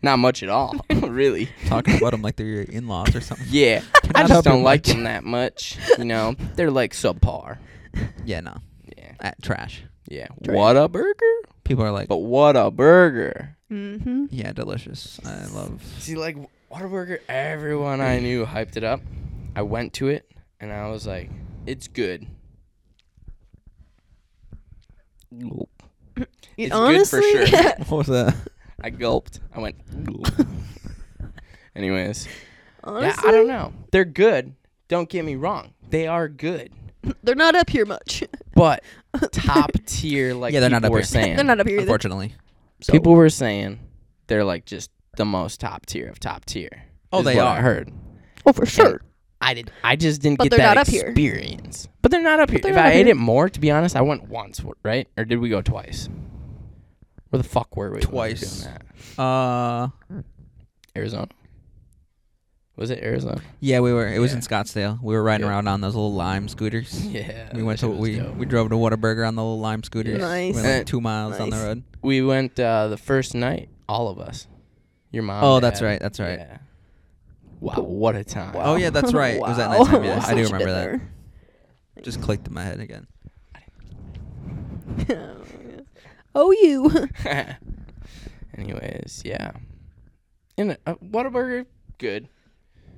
[SPEAKER 2] not much at all, Oh, really.
[SPEAKER 1] Talking about them like they're your in-laws or something.
[SPEAKER 2] Yeah,
[SPEAKER 1] They're
[SPEAKER 2] I
[SPEAKER 1] not
[SPEAKER 2] just
[SPEAKER 1] up here
[SPEAKER 2] don't like
[SPEAKER 1] much.
[SPEAKER 2] them that much. You know, they're like subpar.
[SPEAKER 1] Yeah, no,
[SPEAKER 2] Yeah,
[SPEAKER 1] Uh, trash.
[SPEAKER 2] yeah.
[SPEAKER 3] True.
[SPEAKER 2] What a burger!
[SPEAKER 1] People are like,
[SPEAKER 2] But what a burger!
[SPEAKER 3] mm-hmm.
[SPEAKER 1] yeah, delicious. I love.
[SPEAKER 2] See, like Whataburger, everyone I knew hyped it up. I went to it and I was like, "It's good." Gulp. It's good for
[SPEAKER 3] honestly,
[SPEAKER 2] sure.
[SPEAKER 1] What was that?
[SPEAKER 2] I gulped. I went. "Gulp." Anyways, yeah,
[SPEAKER 3] honestly,
[SPEAKER 2] I don't know. They're good. Don't get me wrong. They are good,
[SPEAKER 3] they're not up here much.
[SPEAKER 2] but top tier. Like
[SPEAKER 1] Yeah, they're not
[SPEAKER 2] people
[SPEAKER 1] up
[SPEAKER 2] were
[SPEAKER 1] here.
[SPEAKER 2] saying.
[SPEAKER 3] they're not up here either.
[SPEAKER 1] Unfortunately.
[SPEAKER 3] So.
[SPEAKER 2] people were saying they're like just the most top tier of top tier.
[SPEAKER 1] Oh,
[SPEAKER 2] is
[SPEAKER 1] they
[SPEAKER 2] what I
[SPEAKER 1] are.
[SPEAKER 2] heard.
[SPEAKER 3] oh, for sure.
[SPEAKER 2] I did. I just didn't
[SPEAKER 3] But
[SPEAKER 2] get
[SPEAKER 3] they're
[SPEAKER 2] that
[SPEAKER 3] not up here.
[SPEAKER 2] experience. But they're not up here.
[SPEAKER 3] they're
[SPEAKER 2] If
[SPEAKER 3] not
[SPEAKER 2] I
[SPEAKER 3] up
[SPEAKER 2] ate
[SPEAKER 3] here.
[SPEAKER 2] it more, to be honest, I went once, wh- right? Or did we go twice? Where the fuck were we? when we were doing
[SPEAKER 1] Twice.
[SPEAKER 2] that?
[SPEAKER 1] Uh,
[SPEAKER 2] Arizona. Was it Arizona?
[SPEAKER 1] yeah, we were. It was in
[SPEAKER 2] Yeah.
[SPEAKER 1] Scottsdale. We were riding
[SPEAKER 2] Yeah.
[SPEAKER 1] around on those little lime scooters.
[SPEAKER 2] Yeah.
[SPEAKER 1] We went
[SPEAKER 2] that
[SPEAKER 1] to
[SPEAKER 2] shit was
[SPEAKER 1] we
[SPEAKER 2] dope.
[SPEAKER 1] we drove to Whataburger on the little lime scooters.
[SPEAKER 3] Nice.
[SPEAKER 1] We went like
[SPEAKER 2] Uh,
[SPEAKER 1] two miles on the
[SPEAKER 3] Nice.
[SPEAKER 1] road.
[SPEAKER 2] We went uh, the first night, all of us. Your mom.
[SPEAKER 1] Oh, that's
[SPEAKER 2] dad.
[SPEAKER 1] right. That's right.
[SPEAKER 2] Yeah. Wow, what a time!
[SPEAKER 1] Oh, yeah, that's right. It was that
[SPEAKER 3] Wow.
[SPEAKER 1] nighttime, yeah. I
[SPEAKER 3] Such
[SPEAKER 1] do
[SPEAKER 3] a
[SPEAKER 1] remember that.
[SPEAKER 3] dinner.
[SPEAKER 1] Just clicked in my head again.
[SPEAKER 3] oh, you.
[SPEAKER 2] Anyways, yeah. And uh, Whataburger, good.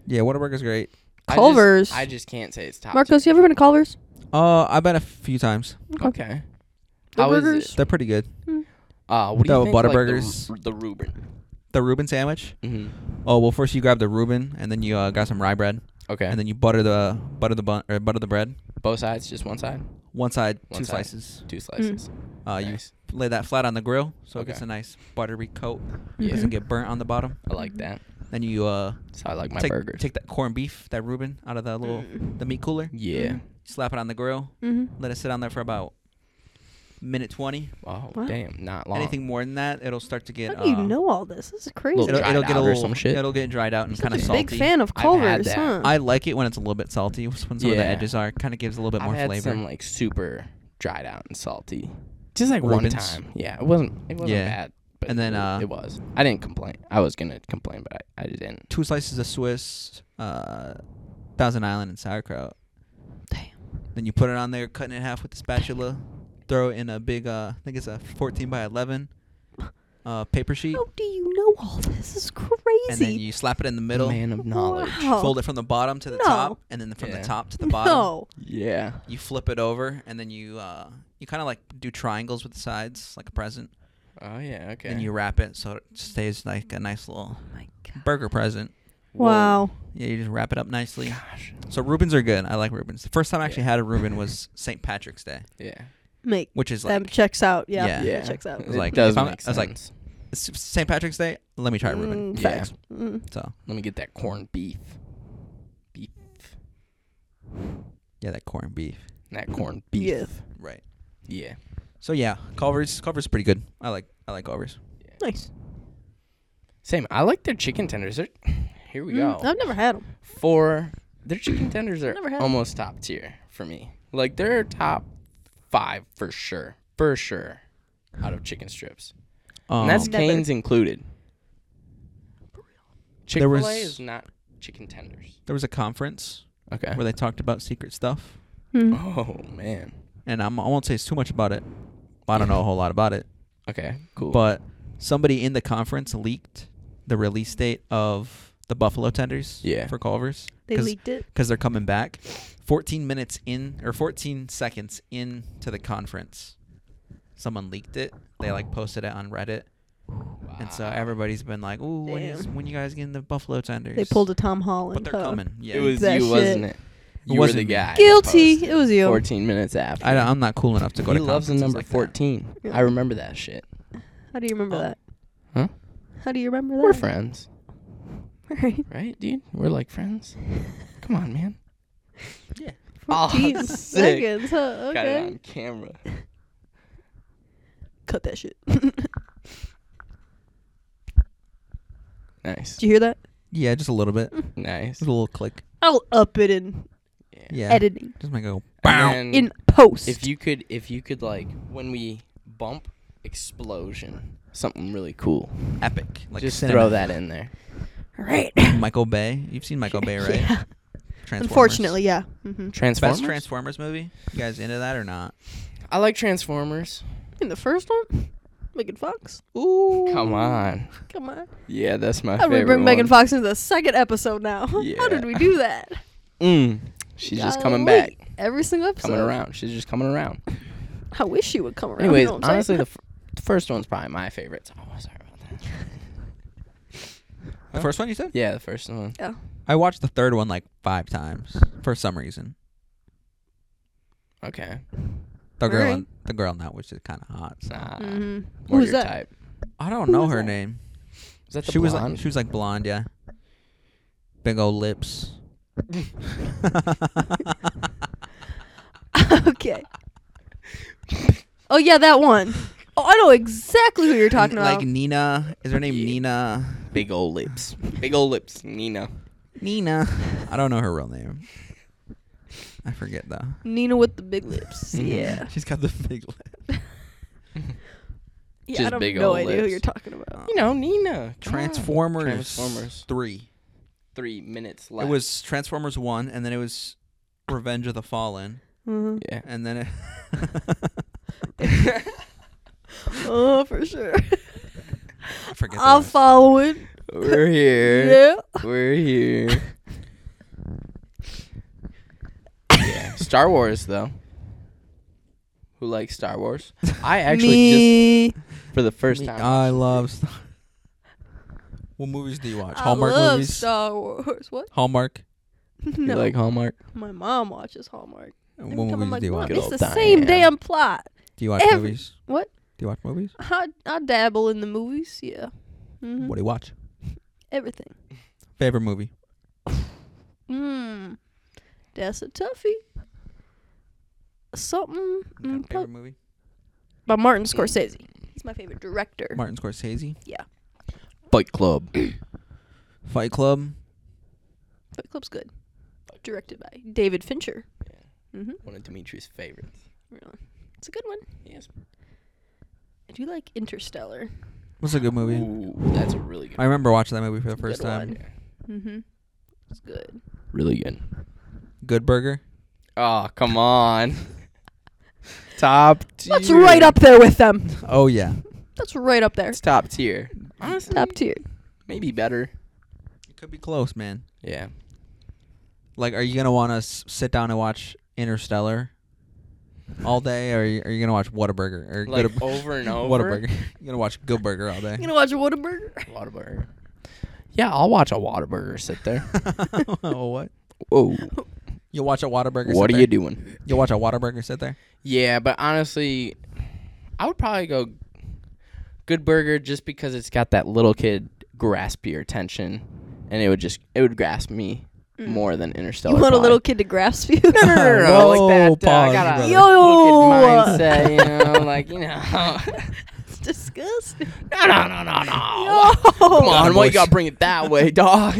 [SPEAKER 1] Yeah, Whataburger's great.
[SPEAKER 2] I just-
[SPEAKER 3] Culver's.
[SPEAKER 2] I just, can't say it's top.
[SPEAKER 3] Marcos, you ever been to Culver's?
[SPEAKER 1] Uh, I've been a few times.
[SPEAKER 2] tier. Okay.
[SPEAKER 3] The
[SPEAKER 2] How is
[SPEAKER 3] burgers?
[SPEAKER 2] it?
[SPEAKER 1] They're pretty good.
[SPEAKER 2] Uh, what do you
[SPEAKER 1] The
[SPEAKER 2] think? like,
[SPEAKER 1] Whataburgers.
[SPEAKER 2] the, Ru- the Reuben.
[SPEAKER 1] The Reuben sandwich.
[SPEAKER 2] hmm
[SPEAKER 1] Oh well, first you grab the Reuben, and then you uh, got some rye bread,
[SPEAKER 2] Okay.
[SPEAKER 1] and then you butter the butter the bun or butter the bread.
[SPEAKER 2] Both sides, just one side,
[SPEAKER 1] One side,
[SPEAKER 2] One
[SPEAKER 1] two
[SPEAKER 2] side.
[SPEAKER 1] slices.
[SPEAKER 2] two slices.
[SPEAKER 1] Uh,
[SPEAKER 2] Nice.
[SPEAKER 1] you lay that flat on the grill, so it gets
[SPEAKER 2] Okay.
[SPEAKER 1] a nice buttery coat.
[SPEAKER 2] Yeah.
[SPEAKER 1] Doesn't get burnt on the bottom.
[SPEAKER 2] I like that.
[SPEAKER 1] Then you uh
[SPEAKER 2] So I like my
[SPEAKER 1] take
[SPEAKER 2] burgers.
[SPEAKER 1] take that corned beef, that Reuben, out of the little
[SPEAKER 3] Mm.
[SPEAKER 1] the meat cooler.
[SPEAKER 2] yeah.
[SPEAKER 1] Slap it on the grill.
[SPEAKER 3] Mm-hmm.
[SPEAKER 1] Let it sit on there for about minute twenty.
[SPEAKER 2] Oh
[SPEAKER 3] Wow.
[SPEAKER 2] damn, not long.
[SPEAKER 1] Anything more than that, it'll start to get.
[SPEAKER 3] How do you
[SPEAKER 1] uh,
[SPEAKER 3] know all this? This is crazy.
[SPEAKER 1] It'll,
[SPEAKER 2] Dried
[SPEAKER 1] it'll get
[SPEAKER 2] out
[SPEAKER 1] a
[SPEAKER 2] or
[SPEAKER 1] little.
[SPEAKER 2] some shit?
[SPEAKER 1] It'll get dried out and
[SPEAKER 3] Such
[SPEAKER 1] kind
[SPEAKER 3] a
[SPEAKER 1] of salty.
[SPEAKER 3] big fan of
[SPEAKER 2] I've had
[SPEAKER 3] Culver's,
[SPEAKER 2] that.
[SPEAKER 3] huh?
[SPEAKER 1] I like it when it's a little bit salty. When some of the
[SPEAKER 2] Yeah.
[SPEAKER 1] edges are kind of gives a little bit
[SPEAKER 2] I've
[SPEAKER 1] more
[SPEAKER 2] had
[SPEAKER 1] flavor.
[SPEAKER 2] some like super dried out and salty. Just like
[SPEAKER 1] Reubens.
[SPEAKER 2] one time. Yeah, it wasn't. It wasn't
[SPEAKER 1] Yeah.
[SPEAKER 2] bad. But
[SPEAKER 1] And then,
[SPEAKER 2] it,
[SPEAKER 1] uh,
[SPEAKER 2] it was. I didn't complain. I was gonna complain, but I, I didn't.
[SPEAKER 1] Two slices of Swiss, uh, Thousand Island, and sauerkraut.
[SPEAKER 3] Damn.
[SPEAKER 1] Then you put it on there, cutting it in half with the spatula. Throw it in a big, uh, I think it's a 14 by 11 uh, paper sheet,
[SPEAKER 3] How do you know all this? This is crazy.
[SPEAKER 1] and then you slap it in the middle.
[SPEAKER 2] Man of knowledge.
[SPEAKER 3] Wow.
[SPEAKER 1] Fold it from the bottom to the
[SPEAKER 3] No.
[SPEAKER 1] top, and then from
[SPEAKER 2] Yeah.
[SPEAKER 1] Oh the top to the bottom,
[SPEAKER 3] No.
[SPEAKER 2] Yeah.
[SPEAKER 1] you flip it over, and then you uh, You kind of like do triangles with the sides, like a present,
[SPEAKER 2] Oh yeah. Okay.
[SPEAKER 1] and you wrap it so it stays like a nice little
[SPEAKER 3] Oh my god.
[SPEAKER 1] burger present.
[SPEAKER 2] Whoa.
[SPEAKER 3] Wow.
[SPEAKER 1] Yeah, you just wrap it up nicely.
[SPEAKER 2] Gosh.
[SPEAKER 1] So Rubens are good. I like Rubens. The first time I actually
[SPEAKER 2] Yeah.
[SPEAKER 1] had a Reuben was St. Patrick's Day,
[SPEAKER 2] Yeah.
[SPEAKER 3] Make
[SPEAKER 1] which is
[SPEAKER 3] that
[SPEAKER 1] like
[SPEAKER 3] checks out. Yeah.
[SPEAKER 1] Yeah.
[SPEAKER 3] Yeah. checks out.
[SPEAKER 1] I was like,
[SPEAKER 2] it does
[SPEAKER 1] if I'm-
[SPEAKER 2] make
[SPEAKER 1] I was like,
[SPEAKER 2] sense.
[SPEAKER 1] "S- St. Patrick's Day. Let me try Reuben.
[SPEAKER 3] Mm,
[SPEAKER 2] Yeah.
[SPEAKER 3] facts. Mm.
[SPEAKER 1] So
[SPEAKER 2] let me get that corned beef, beef,
[SPEAKER 1] yeah, that corned beef.
[SPEAKER 2] that corned beef.
[SPEAKER 3] Yeah.
[SPEAKER 1] Right.
[SPEAKER 2] Yeah.
[SPEAKER 1] So yeah, Culver's Culver's pretty good. I like I like Culver's.
[SPEAKER 3] Nice.
[SPEAKER 2] Same. I like their chicken tenders. They're, here we
[SPEAKER 3] Mm,
[SPEAKER 2] go.
[SPEAKER 3] I've never had them.
[SPEAKER 2] Four. Their chicken tenders are
[SPEAKER 3] Never had 'em.
[SPEAKER 2] almost top tier for me. Like they're top five for sure, for sure, out of chicken strips.
[SPEAKER 1] Um,
[SPEAKER 2] and that's
[SPEAKER 3] Never.
[SPEAKER 2] Cane's included. Chick
[SPEAKER 1] There
[SPEAKER 2] Fil A
[SPEAKER 1] was-
[SPEAKER 2] is not chicken tenders.
[SPEAKER 1] there was a conference
[SPEAKER 2] Okay.
[SPEAKER 1] where they talked about secret stuff,
[SPEAKER 3] Mm.
[SPEAKER 2] Oh man.
[SPEAKER 1] and I'm, I won't say too much about it. I don't know a whole lot about it,
[SPEAKER 2] Okay. Cool.
[SPEAKER 1] but somebody in the conference leaked the release date of the Buffalo tenders
[SPEAKER 2] Yeah.
[SPEAKER 1] for Culver's
[SPEAKER 3] They
[SPEAKER 1] Cause-
[SPEAKER 3] leaked it.
[SPEAKER 1] because they're coming back. 14 minutes in or 14 seconds into the conference, someone leaked it. They like posted it on Reddit, and so
[SPEAKER 2] Wow.
[SPEAKER 1] everybody's been like, "Ooh, when is
[SPEAKER 3] Damn.
[SPEAKER 1] when you guys getting the Buffalo tenders?"
[SPEAKER 3] They pulled a Tom Holland.
[SPEAKER 1] but they're
[SPEAKER 3] huh?
[SPEAKER 1] coming. Yeah,
[SPEAKER 2] it was
[SPEAKER 3] that
[SPEAKER 2] you,
[SPEAKER 3] shit.
[SPEAKER 2] wasn't it? You were the
[SPEAKER 1] wasn't me.
[SPEAKER 2] guy. that
[SPEAKER 3] Guilty.
[SPEAKER 2] posted
[SPEAKER 3] It was you.
[SPEAKER 2] 14 minutes after.
[SPEAKER 1] I, am not cool enough to go
[SPEAKER 2] he
[SPEAKER 1] to
[SPEAKER 2] loves the
[SPEAKER 1] conferences
[SPEAKER 2] number
[SPEAKER 1] like that.
[SPEAKER 2] 14.
[SPEAKER 3] Yeah.
[SPEAKER 2] I remember that shit.
[SPEAKER 3] How do you remember
[SPEAKER 1] Oh.
[SPEAKER 3] that?
[SPEAKER 2] Huh?
[SPEAKER 3] How do you remember that?
[SPEAKER 2] We're friends,
[SPEAKER 3] Right.
[SPEAKER 2] right, dude? We're like friends. Come on, man. Oh,
[SPEAKER 3] 14
[SPEAKER 2] sick.
[SPEAKER 3] seconds. Huh?
[SPEAKER 2] Got it
[SPEAKER 3] Okay.
[SPEAKER 2] on camera.
[SPEAKER 3] Cut that shit. Did
[SPEAKER 2] Nice.
[SPEAKER 3] you hear that?
[SPEAKER 1] Yeah, just a little bit.
[SPEAKER 2] Nice.
[SPEAKER 1] Just a little click.
[SPEAKER 3] I'll up it in
[SPEAKER 1] Yeah.
[SPEAKER 3] editing.
[SPEAKER 1] Just make a go. Bow.
[SPEAKER 2] And
[SPEAKER 3] In post.
[SPEAKER 2] if you could, if you could, like, when we bump explosion, something really cool.
[SPEAKER 1] Epic. Like
[SPEAKER 2] Just
[SPEAKER 1] cinema.
[SPEAKER 2] throw that in there.
[SPEAKER 3] All right.
[SPEAKER 1] Michael Bay. You've seen Michael Bay, right?
[SPEAKER 3] Yeah.
[SPEAKER 1] Transformers.
[SPEAKER 3] Unfortunately, yeah. hmm
[SPEAKER 2] Transformers.
[SPEAKER 1] Best Transformers movie? You guys into that or not?
[SPEAKER 2] I like Transformers.
[SPEAKER 3] In the first one, Megan Fox.
[SPEAKER 1] Ooh.
[SPEAKER 2] Come on.
[SPEAKER 3] Come on.
[SPEAKER 2] Yeah, that's my
[SPEAKER 3] How did
[SPEAKER 2] favorite.
[SPEAKER 3] we bring
[SPEAKER 2] one.
[SPEAKER 3] Megan Fox into the second episode now?
[SPEAKER 2] Yeah.
[SPEAKER 3] How did we do that?
[SPEAKER 2] Mm. She's just coming
[SPEAKER 3] Golly.
[SPEAKER 2] back.
[SPEAKER 3] Every single episode.
[SPEAKER 2] Coming around. She's just coming around.
[SPEAKER 3] I wish she would come around. you
[SPEAKER 2] Anyways,
[SPEAKER 3] know what I'm
[SPEAKER 2] honestly,
[SPEAKER 3] saying?
[SPEAKER 2] the, f- the first one's probably my favorite. so- Oh, sorry about that.
[SPEAKER 1] The first one you said?
[SPEAKER 2] Yeah, the first one.
[SPEAKER 1] I watched the third one like five times for some reason.
[SPEAKER 2] Okay.
[SPEAKER 1] The girl,
[SPEAKER 3] Alright.
[SPEAKER 1] in, the girl now, which is kind of hot. so-
[SPEAKER 2] Nah.
[SPEAKER 3] Mhm.
[SPEAKER 2] More
[SPEAKER 3] Who's
[SPEAKER 2] your
[SPEAKER 3] that?
[SPEAKER 2] type.
[SPEAKER 1] I don't
[SPEAKER 3] Who
[SPEAKER 1] know
[SPEAKER 3] was
[SPEAKER 1] her
[SPEAKER 3] that?
[SPEAKER 1] name.
[SPEAKER 2] Is that the
[SPEAKER 1] She was
[SPEAKER 2] blonde?
[SPEAKER 1] like, she was like blonde, yeah. Big old lips.
[SPEAKER 3] okay. oh yeah, that one. Oh, I know exactly who you're talking
[SPEAKER 1] like
[SPEAKER 3] about.
[SPEAKER 1] Nina. Is her name
[SPEAKER 2] Yeah.
[SPEAKER 1] Nina?
[SPEAKER 2] Big old lips. Big old lips. Nina.
[SPEAKER 1] Nina. I don't know her real name. I forget though.
[SPEAKER 3] Nina with the big lips.
[SPEAKER 2] Mhm.
[SPEAKER 3] yeah.
[SPEAKER 1] She's got the big lip.
[SPEAKER 3] Yeah,
[SPEAKER 2] Just
[SPEAKER 3] I don't
[SPEAKER 2] big
[SPEAKER 3] no
[SPEAKER 2] old
[SPEAKER 3] idea who
[SPEAKER 2] lips.
[SPEAKER 3] you're talking about.
[SPEAKER 2] You know, Nina. Come on.
[SPEAKER 1] Transformers.
[SPEAKER 2] Transformers.
[SPEAKER 1] Three.
[SPEAKER 2] Three minutes left.
[SPEAKER 1] It was Transformers one, and then it was Revenge of the Fallen,
[SPEAKER 3] Mhm.
[SPEAKER 2] Yeah.
[SPEAKER 1] and then it
[SPEAKER 3] Oh, for sure.
[SPEAKER 1] I forget. the
[SPEAKER 3] I'll
[SPEAKER 1] rest.
[SPEAKER 3] follow it.
[SPEAKER 2] We're here.
[SPEAKER 3] Yeah.
[SPEAKER 2] We're here. yeah. Star Wars, though. Who likes Star Wars? I actually
[SPEAKER 3] Me.
[SPEAKER 2] just, for the first
[SPEAKER 1] Me-
[SPEAKER 2] time.
[SPEAKER 1] I love. Star- what movies do you watch?
[SPEAKER 3] I
[SPEAKER 1] Hallmark
[SPEAKER 3] love
[SPEAKER 1] movies.
[SPEAKER 3] Star Wars. What?
[SPEAKER 1] Hallmark.
[SPEAKER 2] You
[SPEAKER 3] No.
[SPEAKER 2] like Hallmark?
[SPEAKER 3] My mom watches Hallmark. Every
[SPEAKER 1] what
[SPEAKER 3] time
[SPEAKER 1] movies
[SPEAKER 3] I'm like,
[SPEAKER 1] do you
[SPEAKER 3] "Mom,
[SPEAKER 1] watch?
[SPEAKER 2] Good
[SPEAKER 3] it's
[SPEAKER 2] old
[SPEAKER 3] the same
[SPEAKER 2] Diane.
[SPEAKER 3] damn plot.
[SPEAKER 1] Do you watch
[SPEAKER 3] every-
[SPEAKER 1] movies?
[SPEAKER 3] What?
[SPEAKER 1] Do you watch movies?
[SPEAKER 3] I, I dabble in the movies. Yeah. Mhm.
[SPEAKER 1] What do you watch?
[SPEAKER 3] Everything.
[SPEAKER 1] Favorite movie?
[SPEAKER 3] Mm. That's a toughie. Something mm,
[SPEAKER 1] favorite
[SPEAKER 3] prob-
[SPEAKER 1] movie?
[SPEAKER 3] by Martin Scorsese. He's my favorite director.
[SPEAKER 1] Martin Scorsese.
[SPEAKER 2] Fight Club.
[SPEAKER 1] Fight Club.
[SPEAKER 3] Fight Club's good. Directed by David Fincher. Mhm.
[SPEAKER 2] One of Dimitri's favorites.
[SPEAKER 3] Really, it's a good one.
[SPEAKER 2] Yes.
[SPEAKER 3] I do like Interstellar.
[SPEAKER 1] What's a good movie?
[SPEAKER 2] Ooh, that's a really good.
[SPEAKER 1] I remember watching that movie for the first
[SPEAKER 3] good
[SPEAKER 1] time.
[SPEAKER 3] one. Mm-hmm. It's good.
[SPEAKER 2] Really good.
[SPEAKER 1] Good Burger.
[SPEAKER 2] Oh, come on. top tier.
[SPEAKER 3] That's right up there with them.
[SPEAKER 1] Oh yeah.
[SPEAKER 3] That's right up there.
[SPEAKER 2] It's top tier. Honestly,
[SPEAKER 3] Top tier.
[SPEAKER 2] maybe better.
[SPEAKER 1] It could be close, man.
[SPEAKER 2] Yeah.
[SPEAKER 1] Like, are you gonna want to s- sit down and watch Interstellar? all day, or are you, are you gonna watch Whataburger or
[SPEAKER 2] Like
[SPEAKER 1] go to,
[SPEAKER 2] over and over.
[SPEAKER 1] Whataburger? You're gonna watch Good Burger all day.
[SPEAKER 3] You gonna watch Whataburger?
[SPEAKER 2] Whataburger. Yeah, I'll watch a Whataburger sit there.
[SPEAKER 1] oh, what?
[SPEAKER 2] Whoa.
[SPEAKER 1] You'll watch a Whataburger. sit
[SPEAKER 2] what are
[SPEAKER 1] there?
[SPEAKER 2] you doing?
[SPEAKER 1] You'll watch a Whataburger sit there.
[SPEAKER 2] Yeah, but honestly, I would probably go Good Burger just because it's got that little kid grasp your attention, and it would just it would grasp me more than Interstellar.
[SPEAKER 3] Mm. you want a
[SPEAKER 2] probably.
[SPEAKER 3] little kid to grasp you?
[SPEAKER 2] no, no, no, no,
[SPEAKER 1] Whoa,
[SPEAKER 2] like that. uh, I
[SPEAKER 1] pause,
[SPEAKER 2] got a
[SPEAKER 1] brother.
[SPEAKER 2] little
[SPEAKER 3] Yo.
[SPEAKER 2] kid mindset, you know, like you know.
[SPEAKER 3] It's disgusting.
[SPEAKER 2] no, no, no, no, no.
[SPEAKER 3] Yo.
[SPEAKER 2] Come on, why you
[SPEAKER 1] Boys.
[SPEAKER 2] gotta bring it that way, dog?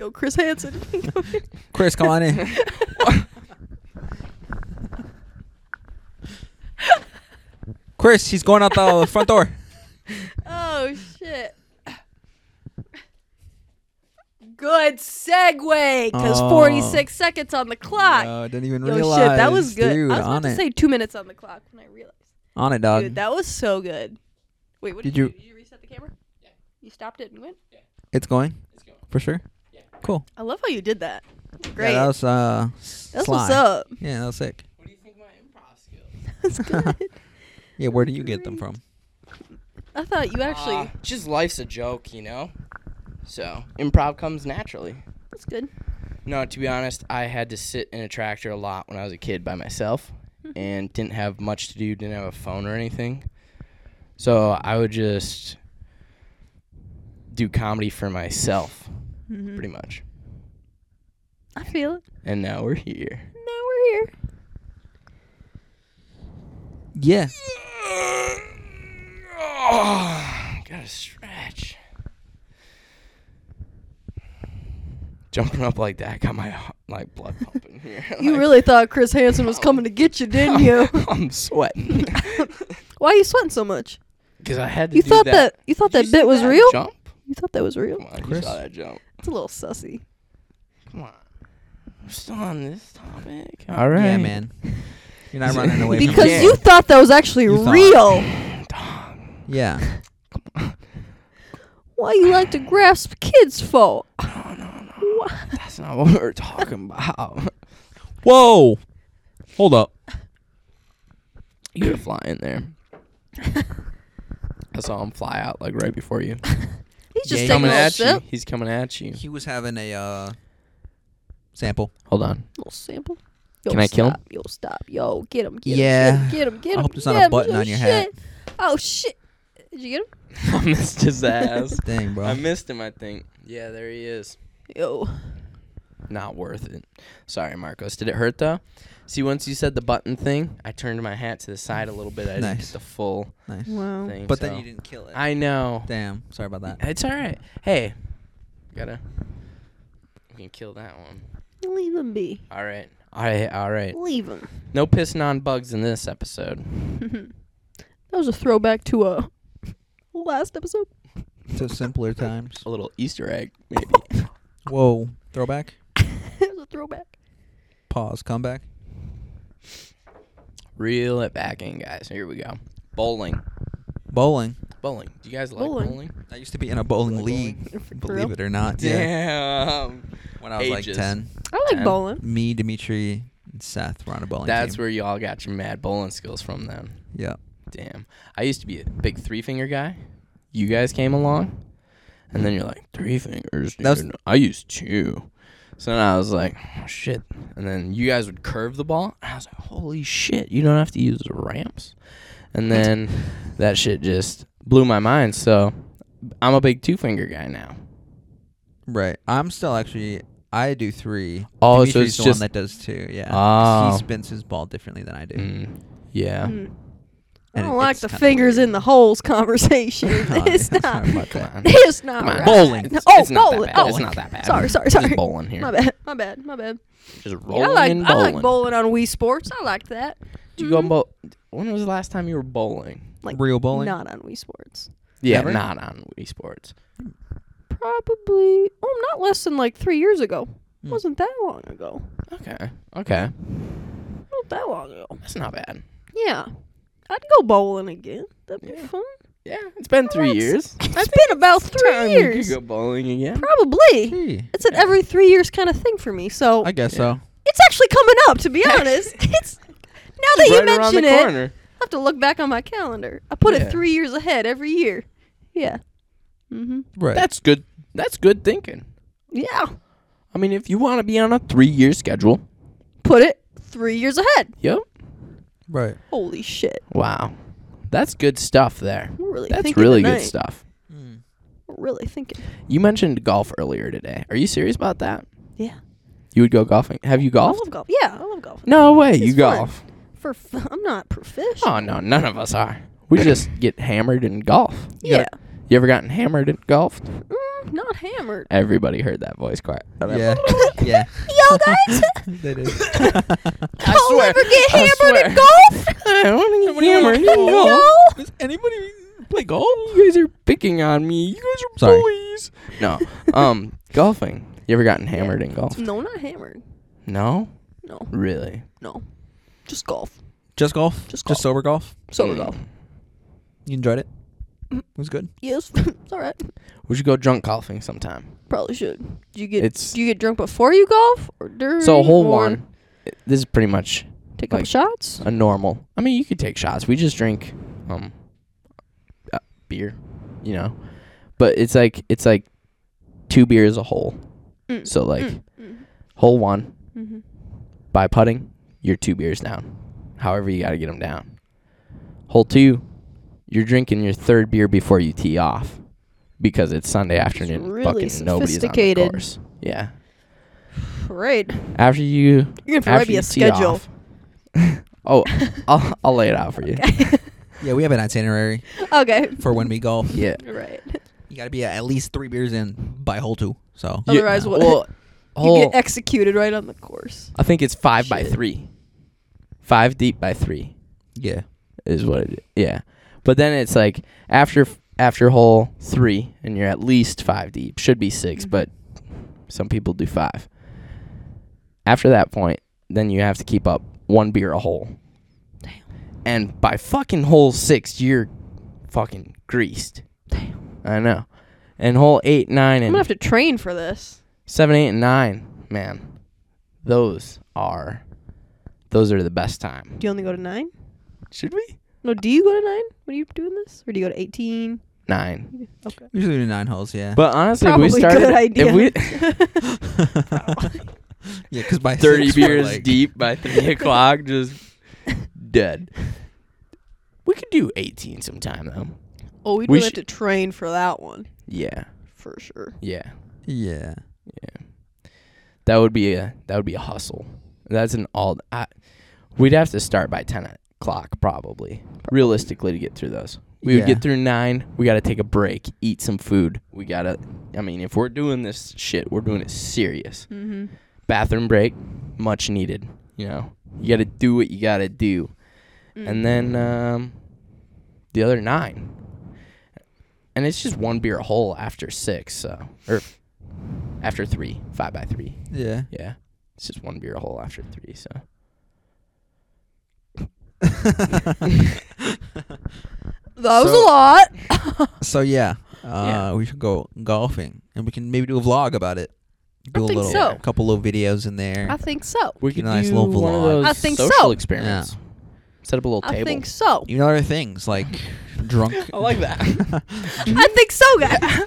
[SPEAKER 3] Yo, Chris Hansen. Come here.
[SPEAKER 1] Chris, come on in. Chris, she's going out the front door.
[SPEAKER 3] oh shit. Good segue, cause
[SPEAKER 1] Oh.
[SPEAKER 3] 46 seconds on the clock.
[SPEAKER 1] No, I didn't even
[SPEAKER 3] Yo,
[SPEAKER 1] realize.
[SPEAKER 3] shit, that was good.
[SPEAKER 1] Dude,
[SPEAKER 3] I was
[SPEAKER 1] on
[SPEAKER 3] about to
[SPEAKER 1] it.
[SPEAKER 3] say two minutes on the clock when I realized.
[SPEAKER 1] on it, dog.
[SPEAKER 3] Dude, that was so good. Wait, what did,
[SPEAKER 1] Did
[SPEAKER 3] you,
[SPEAKER 1] you-
[SPEAKER 3] do? Did you reset the camera? Yeah. You stopped it and went?
[SPEAKER 1] it's going. For sure. Cool.
[SPEAKER 3] I love how you did that.
[SPEAKER 1] Yeah,
[SPEAKER 3] Great.
[SPEAKER 1] that was uh.
[SPEAKER 3] That's
[SPEAKER 1] sly.
[SPEAKER 3] what's up.
[SPEAKER 1] Yeah, that was sick.
[SPEAKER 2] What do you think of my improv skills?
[SPEAKER 3] That's good.
[SPEAKER 1] Yeah, where do you get them
[SPEAKER 3] Great.
[SPEAKER 1] from?
[SPEAKER 3] I thought you actually.
[SPEAKER 2] Uh, just life's a joke, you know. So improv comes naturally.
[SPEAKER 3] that's good.
[SPEAKER 2] No, to be honest, I had to sit in a tractor a lot when I was a kid by myself and didn't have much to do, didn't have a phone or anything. So I would just do comedy for myself,
[SPEAKER 3] Mhm.
[SPEAKER 2] pretty much.
[SPEAKER 3] I feel it.
[SPEAKER 2] And now we're here.
[SPEAKER 3] Now we're here.
[SPEAKER 1] Yeah.
[SPEAKER 2] Oh, gotta stretch. Jumping up like that got my like blood pumping here.
[SPEAKER 3] You
[SPEAKER 2] Like,
[SPEAKER 3] really thought Chris Hansen was coming to get you, didn't you?
[SPEAKER 2] I'm sweating
[SPEAKER 3] Why are you sweating so much?
[SPEAKER 2] because I had to.
[SPEAKER 3] You
[SPEAKER 2] do
[SPEAKER 3] thought that. you thought
[SPEAKER 2] Did
[SPEAKER 3] that
[SPEAKER 2] you
[SPEAKER 3] bit
[SPEAKER 2] see
[SPEAKER 3] was real.
[SPEAKER 2] Jump.
[SPEAKER 3] You thought that was real.
[SPEAKER 2] Come on,
[SPEAKER 1] Chris?
[SPEAKER 2] you saw that jump.
[SPEAKER 3] It's a little sussy.
[SPEAKER 2] Come on. I'm still on this topic.
[SPEAKER 1] All right. Yeah, man. You're not running away from
[SPEAKER 3] Because
[SPEAKER 1] it.
[SPEAKER 2] Yeah.
[SPEAKER 3] you thought that was actually
[SPEAKER 1] You thought.
[SPEAKER 3] real.
[SPEAKER 1] Yeah.
[SPEAKER 3] Why you like to grasp kids for?
[SPEAKER 2] No, no, no. That's not what we were talking about.
[SPEAKER 1] Whoa. Hold up.
[SPEAKER 2] You're flying there. I saw him fly out like right before you.
[SPEAKER 3] He's just
[SPEAKER 1] Yeah,
[SPEAKER 3] taking a
[SPEAKER 2] coming
[SPEAKER 3] little
[SPEAKER 2] at
[SPEAKER 3] sip.
[SPEAKER 2] you. He's coming at you.
[SPEAKER 1] He was having a uh sample.
[SPEAKER 2] Hold on.
[SPEAKER 3] Little sample. Yo,
[SPEAKER 2] Can I kill him?
[SPEAKER 3] stop. Yo, stop. Yo, get him. Get
[SPEAKER 1] Yeah.
[SPEAKER 3] Him, get him. Get him. Get him.
[SPEAKER 1] I hope there's
[SPEAKER 3] get
[SPEAKER 1] not a
[SPEAKER 3] him.
[SPEAKER 1] button
[SPEAKER 3] Yo,
[SPEAKER 1] on your
[SPEAKER 3] shit. Oh shit! Did you get him?
[SPEAKER 2] I missed his ass.
[SPEAKER 1] Dang, bro.
[SPEAKER 2] I missed him, I think. Yeah, there he is.
[SPEAKER 3] Yo.
[SPEAKER 2] Not worth it. Sorry, Marcos. Did it hurt though? See, once you said the button thing, I turned my hat to the side a little bit. I didn't
[SPEAKER 1] Nice.
[SPEAKER 2] get the full
[SPEAKER 1] nice.
[SPEAKER 3] Wow.
[SPEAKER 2] thing.
[SPEAKER 1] But then
[SPEAKER 2] so-
[SPEAKER 1] you didn't kill it.
[SPEAKER 2] I know.
[SPEAKER 1] Damn. Sorry about that.
[SPEAKER 2] It's all right. Hey, gotta. We can kill that one.
[SPEAKER 3] Leave him be.
[SPEAKER 2] All right. All right. All right.
[SPEAKER 3] Leave him.
[SPEAKER 2] No pissing on bugs in this episode.
[SPEAKER 3] that was a throwback to uh last episode.
[SPEAKER 1] So simpler times.
[SPEAKER 2] A little Easter egg, maybe.
[SPEAKER 1] Whoa. Throwback.
[SPEAKER 3] it was a throwback.
[SPEAKER 1] Pause. Comeback.
[SPEAKER 2] Reel it back in, guys. Here we go. Bowling.
[SPEAKER 1] Bowling.
[SPEAKER 2] Bowling. Do you guys like
[SPEAKER 3] Bowling.
[SPEAKER 2] bowling?
[SPEAKER 1] I used to be in a bowling
[SPEAKER 2] Like
[SPEAKER 1] league.
[SPEAKER 3] For
[SPEAKER 1] Believe
[SPEAKER 3] real.
[SPEAKER 1] it or not. Yeah.
[SPEAKER 2] Damn.
[SPEAKER 1] When I was like
[SPEAKER 2] Ages.
[SPEAKER 1] ten.
[SPEAKER 3] I like
[SPEAKER 2] Ten.
[SPEAKER 3] bowling.
[SPEAKER 1] Me, Dimitri, and Seth were on a bowling
[SPEAKER 2] That's
[SPEAKER 1] team.
[SPEAKER 2] where you all got your mad bowling skills from then.
[SPEAKER 1] Yeah.
[SPEAKER 2] Damn. I used to be a big three finger guy. You guys came along, and then you're like three fingers. Dude.
[SPEAKER 1] That was-
[SPEAKER 2] I used two. So then I was like, oh, shit. And then you guys would curve the ball. And I was like, holy shit, you don't have to use ramps. And then that shit just blew my mind. So I'm a big two finger guy now.
[SPEAKER 1] Right. I'm still actually. I do three.
[SPEAKER 2] Oh, so
[SPEAKER 1] Dimitri's
[SPEAKER 2] it's
[SPEAKER 1] the one
[SPEAKER 2] just
[SPEAKER 1] that does two. Yeah. 'Cause
[SPEAKER 2] Oh.
[SPEAKER 1] He spins his ball differently than I do.
[SPEAKER 2] Mm, yeah.
[SPEAKER 3] Mm. I
[SPEAKER 1] And
[SPEAKER 3] don't
[SPEAKER 1] it-
[SPEAKER 3] like
[SPEAKER 1] it's
[SPEAKER 3] the
[SPEAKER 1] kinda
[SPEAKER 3] fingers in the holes conversation.
[SPEAKER 2] Oh,
[SPEAKER 1] Huh,
[SPEAKER 3] it's
[SPEAKER 1] yeah,
[SPEAKER 3] not.
[SPEAKER 1] sorry about
[SPEAKER 2] Come
[SPEAKER 1] that.
[SPEAKER 2] on.
[SPEAKER 3] It's not.
[SPEAKER 2] Come on.
[SPEAKER 3] Right.
[SPEAKER 1] Bowling.
[SPEAKER 3] No, oh,
[SPEAKER 2] it's not
[SPEAKER 3] bowling.
[SPEAKER 2] That bad.
[SPEAKER 3] Oh,
[SPEAKER 2] it's not that bad.
[SPEAKER 3] Sorry, sorry,
[SPEAKER 2] Just
[SPEAKER 3] sorry.
[SPEAKER 2] bowling here.
[SPEAKER 3] My bad. My bad. My bad.
[SPEAKER 2] Just rolling
[SPEAKER 3] Yeah, I like
[SPEAKER 2] and
[SPEAKER 3] I
[SPEAKER 2] bowling.
[SPEAKER 3] like bowling on Wii Sports. I liked that.
[SPEAKER 2] Do you go
[SPEAKER 3] Mhm.
[SPEAKER 2] bowl? When was the last time you were bowling?
[SPEAKER 3] Like,
[SPEAKER 1] Real bowling.
[SPEAKER 3] Not on Wii Sports.
[SPEAKER 2] Yeah,
[SPEAKER 1] Never?
[SPEAKER 2] not on Wii Sports.
[SPEAKER 3] Probably. Oh, not less than like three years ago.
[SPEAKER 1] Hmm.
[SPEAKER 3] Wasn't that long ago?
[SPEAKER 2] Okay, okay,
[SPEAKER 3] Not that long ago.
[SPEAKER 2] that's not bad.
[SPEAKER 3] Yeah. I'd go bowling again. That'd be
[SPEAKER 2] Yeah.
[SPEAKER 3] fun.
[SPEAKER 2] Yeah, it's been three
[SPEAKER 3] Well, that's-
[SPEAKER 2] years.
[SPEAKER 3] It's been about three
[SPEAKER 2] Time you could
[SPEAKER 3] years.
[SPEAKER 2] go bowling again.
[SPEAKER 3] Probably.
[SPEAKER 1] Gee,
[SPEAKER 3] It's an every three years kind of thing for me. So
[SPEAKER 1] I guess
[SPEAKER 2] Yeah.
[SPEAKER 1] so.
[SPEAKER 3] it's actually coming up, to be honest. it's Now that you
[SPEAKER 2] right around
[SPEAKER 3] mention
[SPEAKER 2] the
[SPEAKER 3] it,
[SPEAKER 2] corner.
[SPEAKER 3] I have to look back on my calendar. I put
[SPEAKER 2] Yeah.
[SPEAKER 3] it three years ahead every year. Yeah. Mm-hmm.
[SPEAKER 1] Right.
[SPEAKER 2] That's good. That's good thinking.
[SPEAKER 3] Yeah.
[SPEAKER 2] I mean, if you want to be on a three-year schedule,
[SPEAKER 3] Put it three years ahead.
[SPEAKER 2] yep.
[SPEAKER 1] right.
[SPEAKER 3] Holy shit.
[SPEAKER 2] Wow, that's good stuff there.
[SPEAKER 3] We're really
[SPEAKER 2] That's
[SPEAKER 3] thinking
[SPEAKER 2] really
[SPEAKER 3] tonight.
[SPEAKER 2] good stuff.
[SPEAKER 1] Mm.
[SPEAKER 3] We're really thinking.
[SPEAKER 2] You mentioned golf earlier today. Are you serious about that?
[SPEAKER 3] Yeah.
[SPEAKER 2] You would go golfing. Have you
[SPEAKER 3] I
[SPEAKER 2] golfed?
[SPEAKER 3] love golf. Yeah, I love golf.
[SPEAKER 2] No way. you
[SPEAKER 3] It's fun.
[SPEAKER 2] golf.
[SPEAKER 3] For f- I'm not proficient.
[SPEAKER 2] Oh no, none of us are. We just get hammered in golf. You
[SPEAKER 3] yeah.
[SPEAKER 2] gotta- You ever gotten hammered at golf?
[SPEAKER 3] Mm, not hammered.
[SPEAKER 2] Everybody heard that voice quiet.
[SPEAKER 1] Yeah. yeah.
[SPEAKER 3] Yo guys,
[SPEAKER 1] They did.
[SPEAKER 3] don't
[SPEAKER 2] swear,
[SPEAKER 3] ever get
[SPEAKER 2] I
[SPEAKER 3] hammered at
[SPEAKER 2] swear.
[SPEAKER 3] golf.
[SPEAKER 2] I don't want to get hammered.
[SPEAKER 3] No.
[SPEAKER 1] Does anybody play golf?
[SPEAKER 2] You guys are picking on me. You guys are
[SPEAKER 1] Sorry.
[SPEAKER 2] bullies. No. Um, golfing. You ever gotten hammered in golf?
[SPEAKER 3] No, not hammered.
[SPEAKER 2] No.
[SPEAKER 3] No,
[SPEAKER 2] Really.
[SPEAKER 3] no. Just golf.
[SPEAKER 1] Just golf?
[SPEAKER 3] Just golf.
[SPEAKER 1] Just sober golf?
[SPEAKER 3] Sober
[SPEAKER 2] Mm.
[SPEAKER 3] golf.
[SPEAKER 1] You enjoyed it?
[SPEAKER 3] Mm.
[SPEAKER 1] It was good.
[SPEAKER 3] Yes, it's all right.
[SPEAKER 2] We should go drunk golfing sometime.
[SPEAKER 3] Probably should. Do you get
[SPEAKER 2] It's-
[SPEAKER 3] do you get drunk before you golf or during?
[SPEAKER 2] So hole
[SPEAKER 3] or
[SPEAKER 2] one. i- This is pretty much
[SPEAKER 3] Take a couple
[SPEAKER 2] like-
[SPEAKER 3] shots.
[SPEAKER 2] a normal. I mean, you could take shots. We just drink um uh, beer, you know. But it's like it's like two beers a hole.
[SPEAKER 3] Mm.
[SPEAKER 2] So like
[SPEAKER 3] Mm.
[SPEAKER 2] hole 1
[SPEAKER 3] Mhm.
[SPEAKER 2] by putting, you're two beers down. However, you got to get them down. Hole 2, you're drinking your third beer before you tee off because it's Sunday afternoon. and
[SPEAKER 3] really
[SPEAKER 2] fucking nobody's on the
[SPEAKER 3] sophisticated.
[SPEAKER 2] course. Yeah.
[SPEAKER 3] Right.
[SPEAKER 2] After you
[SPEAKER 3] You're gonna
[SPEAKER 2] after
[SPEAKER 3] probably be
[SPEAKER 2] you
[SPEAKER 3] a
[SPEAKER 2] tee
[SPEAKER 3] schedule.
[SPEAKER 2] off- oh, I'll I'll lay it out for you.
[SPEAKER 1] Yeah, we have an itinerary
[SPEAKER 3] Okay.
[SPEAKER 1] for when we golf.
[SPEAKER 2] Yeah.
[SPEAKER 3] Right.
[SPEAKER 1] You got to be at least three beers in by hole two. So
[SPEAKER 3] Yeah. Otherwise, what-
[SPEAKER 2] Well,
[SPEAKER 3] You
[SPEAKER 2] hole,
[SPEAKER 3] get executed right on the course.
[SPEAKER 2] I think it's five by
[SPEAKER 3] Shit.
[SPEAKER 2] three. Five deep by three
[SPEAKER 1] yeah,
[SPEAKER 2] is what it. Yeah, but then it's like after after hole three, and you're at least five deep. Should be 6
[SPEAKER 3] Mhm.
[SPEAKER 2] but some people do five. After that point, then you have to keep up one beer a hole.
[SPEAKER 3] Damn.
[SPEAKER 2] And by fucking hole six, you're fucking greased.
[SPEAKER 3] Damn.
[SPEAKER 2] I know. And hole eight, nine,
[SPEAKER 3] I'm
[SPEAKER 2] and
[SPEAKER 3] gonna have to train for this.
[SPEAKER 2] Seven, eight, and nine, man. Those are those are the best time.
[SPEAKER 3] Do you only go to nine?
[SPEAKER 2] Should we?
[SPEAKER 3] No, do you go to nine when you're doing this, or do you go to eighteen?
[SPEAKER 2] Nine.
[SPEAKER 3] Okay.
[SPEAKER 1] usually do nine holes. Yeah,
[SPEAKER 2] But honestly,
[SPEAKER 3] Probably
[SPEAKER 2] if we started
[SPEAKER 3] good idea.
[SPEAKER 2] if we
[SPEAKER 1] yeah, because by
[SPEAKER 2] thirty
[SPEAKER 1] six we're
[SPEAKER 2] beers
[SPEAKER 1] like-
[SPEAKER 2] deep by three o'clock, just dead. We could do eighteen sometime though.
[SPEAKER 3] oh, we'd
[SPEAKER 2] We
[SPEAKER 3] really
[SPEAKER 2] sh-
[SPEAKER 3] have to train for that one
[SPEAKER 2] Yeah,
[SPEAKER 3] for sure.
[SPEAKER 2] yeah,
[SPEAKER 1] Yeah,
[SPEAKER 2] yeah. That would be a that would be a hustle. That's an all. I, we'd have to start by ten o'clock probably, realistically, to get through those. We would
[SPEAKER 1] Yeah.
[SPEAKER 2] get through nine. We got to take a break, eat some food. We got to, I mean, if we're doing this shit, we're doing it serious.
[SPEAKER 3] Mm-hmm.
[SPEAKER 2] Bathroom break, much needed. You know, you got to do what you got to do. And then
[SPEAKER 1] Mm-hmm.
[SPEAKER 2] um, the other nine. And it's just one beer a hole after six, so, or after three, five by three.
[SPEAKER 1] yeah.
[SPEAKER 2] Yeah. It's just one beer a hole after three, so.
[SPEAKER 3] that was
[SPEAKER 1] So-
[SPEAKER 3] a lot.
[SPEAKER 1] so yeah, uh,
[SPEAKER 2] Yeah.
[SPEAKER 1] we should go golfing, and we can maybe do a vlog about it. Do a
[SPEAKER 3] think
[SPEAKER 1] little,
[SPEAKER 3] so.
[SPEAKER 1] a couple little videos in there.
[SPEAKER 3] I think so.
[SPEAKER 2] We
[SPEAKER 1] Get
[SPEAKER 2] could
[SPEAKER 1] a nice
[SPEAKER 2] do
[SPEAKER 1] little
[SPEAKER 2] one of
[SPEAKER 1] vlog.
[SPEAKER 2] those
[SPEAKER 3] I think
[SPEAKER 2] social
[SPEAKER 3] so.
[SPEAKER 2] experiments. Set up a little
[SPEAKER 3] I
[SPEAKER 2] table.
[SPEAKER 3] think so.
[SPEAKER 1] Even other things like drunk.
[SPEAKER 2] I like that.
[SPEAKER 3] I think so, guys.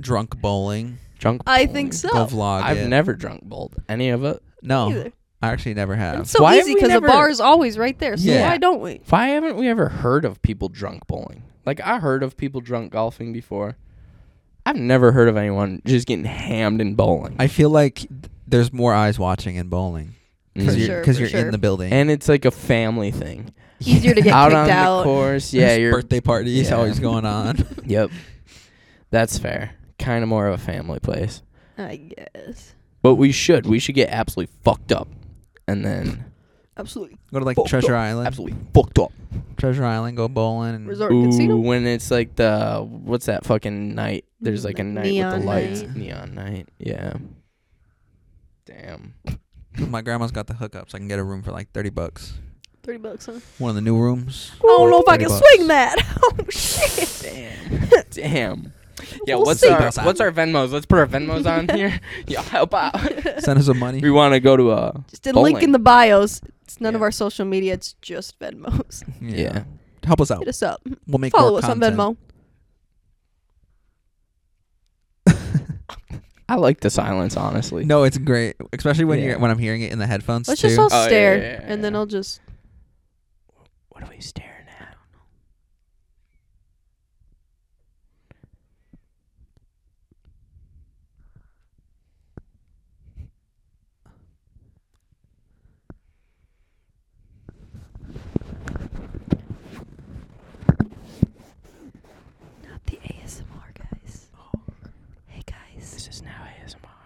[SPEAKER 1] drunk bowling.
[SPEAKER 2] Drunk.
[SPEAKER 3] I
[SPEAKER 2] bowling.
[SPEAKER 3] think so.
[SPEAKER 1] Go vlog.
[SPEAKER 2] I've
[SPEAKER 1] it.
[SPEAKER 2] never drunk bowled any of it.
[SPEAKER 1] No,
[SPEAKER 3] Either.
[SPEAKER 1] I actually never have.
[SPEAKER 3] It's so
[SPEAKER 2] Oh. Why have
[SPEAKER 3] easy
[SPEAKER 2] we
[SPEAKER 3] because
[SPEAKER 2] never-
[SPEAKER 3] the bar is always right there. So
[SPEAKER 1] Yeah.
[SPEAKER 3] why don't we?
[SPEAKER 2] Why haven't we ever heard of people drunk bowling? Like I heard of people drunk golfing before. I've never heard of anyone just getting hammed in bowling.
[SPEAKER 1] I feel like th- there's more eyes watching in bowling because
[SPEAKER 3] For
[SPEAKER 1] you're
[SPEAKER 3] sure,
[SPEAKER 1] because
[SPEAKER 3] for
[SPEAKER 1] you're in
[SPEAKER 3] sure.
[SPEAKER 1] the building.
[SPEAKER 2] Mm. Mm-hmm. And it's like a family thing.
[SPEAKER 3] Easier to get
[SPEAKER 2] out
[SPEAKER 3] kicked
[SPEAKER 2] on
[SPEAKER 3] out.
[SPEAKER 2] the course, yeah.
[SPEAKER 1] There's
[SPEAKER 2] You're,
[SPEAKER 1] birthday parties
[SPEAKER 2] yeah.
[SPEAKER 1] always going on.
[SPEAKER 2] yep. That's fair. Kind of more of a family place.
[SPEAKER 3] I guess.
[SPEAKER 2] But we should. We should get absolutely fucked up, and then
[SPEAKER 3] Absolutely.
[SPEAKER 1] go to like
[SPEAKER 2] Fucked
[SPEAKER 1] Treasure
[SPEAKER 2] up.
[SPEAKER 1] Island.
[SPEAKER 2] absolutely fucked up.
[SPEAKER 1] Treasure Island. Go bowling. And
[SPEAKER 3] Resort
[SPEAKER 2] Ooh,
[SPEAKER 3] casino.
[SPEAKER 2] when it's like the what's that fucking night? There's like a
[SPEAKER 3] Like
[SPEAKER 2] night with
[SPEAKER 3] neon
[SPEAKER 2] the lights,
[SPEAKER 1] night.
[SPEAKER 2] neon night. Yeah. Damn.
[SPEAKER 1] My grandma's got the hookups. I can get a room for like thirty bucks.
[SPEAKER 3] Thirty bucks. Huh?
[SPEAKER 1] One of the new rooms.
[SPEAKER 2] Oh,
[SPEAKER 3] I don't know if I
[SPEAKER 1] 30
[SPEAKER 3] can
[SPEAKER 1] bucks.
[SPEAKER 3] swing that. oh
[SPEAKER 2] Damn.
[SPEAKER 3] shit.
[SPEAKER 2] Damn. Yeah.
[SPEAKER 3] We'll
[SPEAKER 2] what's
[SPEAKER 3] see.
[SPEAKER 2] our
[SPEAKER 1] Bounce out.
[SPEAKER 2] what's our Venmos? Let's put our Venmos on here. Yeah, help out.
[SPEAKER 1] Send us some money.
[SPEAKER 2] we want to uh, go to a
[SPEAKER 3] Just a link
[SPEAKER 2] Bowling.
[SPEAKER 3] in the bios. It's none of
[SPEAKER 2] Yeah.
[SPEAKER 3] our social media. It's just Venmos.
[SPEAKER 2] Yeah.
[SPEAKER 1] Help us out.
[SPEAKER 3] Hit us up.
[SPEAKER 1] We'll make
[SPEAKER 3] Follow
[SPEAKER 1] more
[SPEAKER 3] us
[SPEAKER 1] content.
[SPEAKER 3] on Venmo.
[SPEAKER 2] I like the silence, honestly.
[SPEAKER 1] No, it's great, especially when
[SPEAKER 2] Yeah.
[SPEAKER 1] you're when I'm hearing it in the headphones
[SPEAKER 3] Let's
[SPEAKER 1] too.
[SPEAKER 3] just all
[SPEAKER 2] Oh, yeah,
[SPEAKER 3] stare,
[SPEAKER 2] yeah, yeah,
[SPEAKER 3] and then
[SPEAKER 2] yeah.
[SPEAKER 3] I'll just
[SPEAKER 2] What are we staring at?
[SPEAKER 3] not the ASMR guys. Hey guys,
[SPEAKER 2] Oh. This is now ASMR.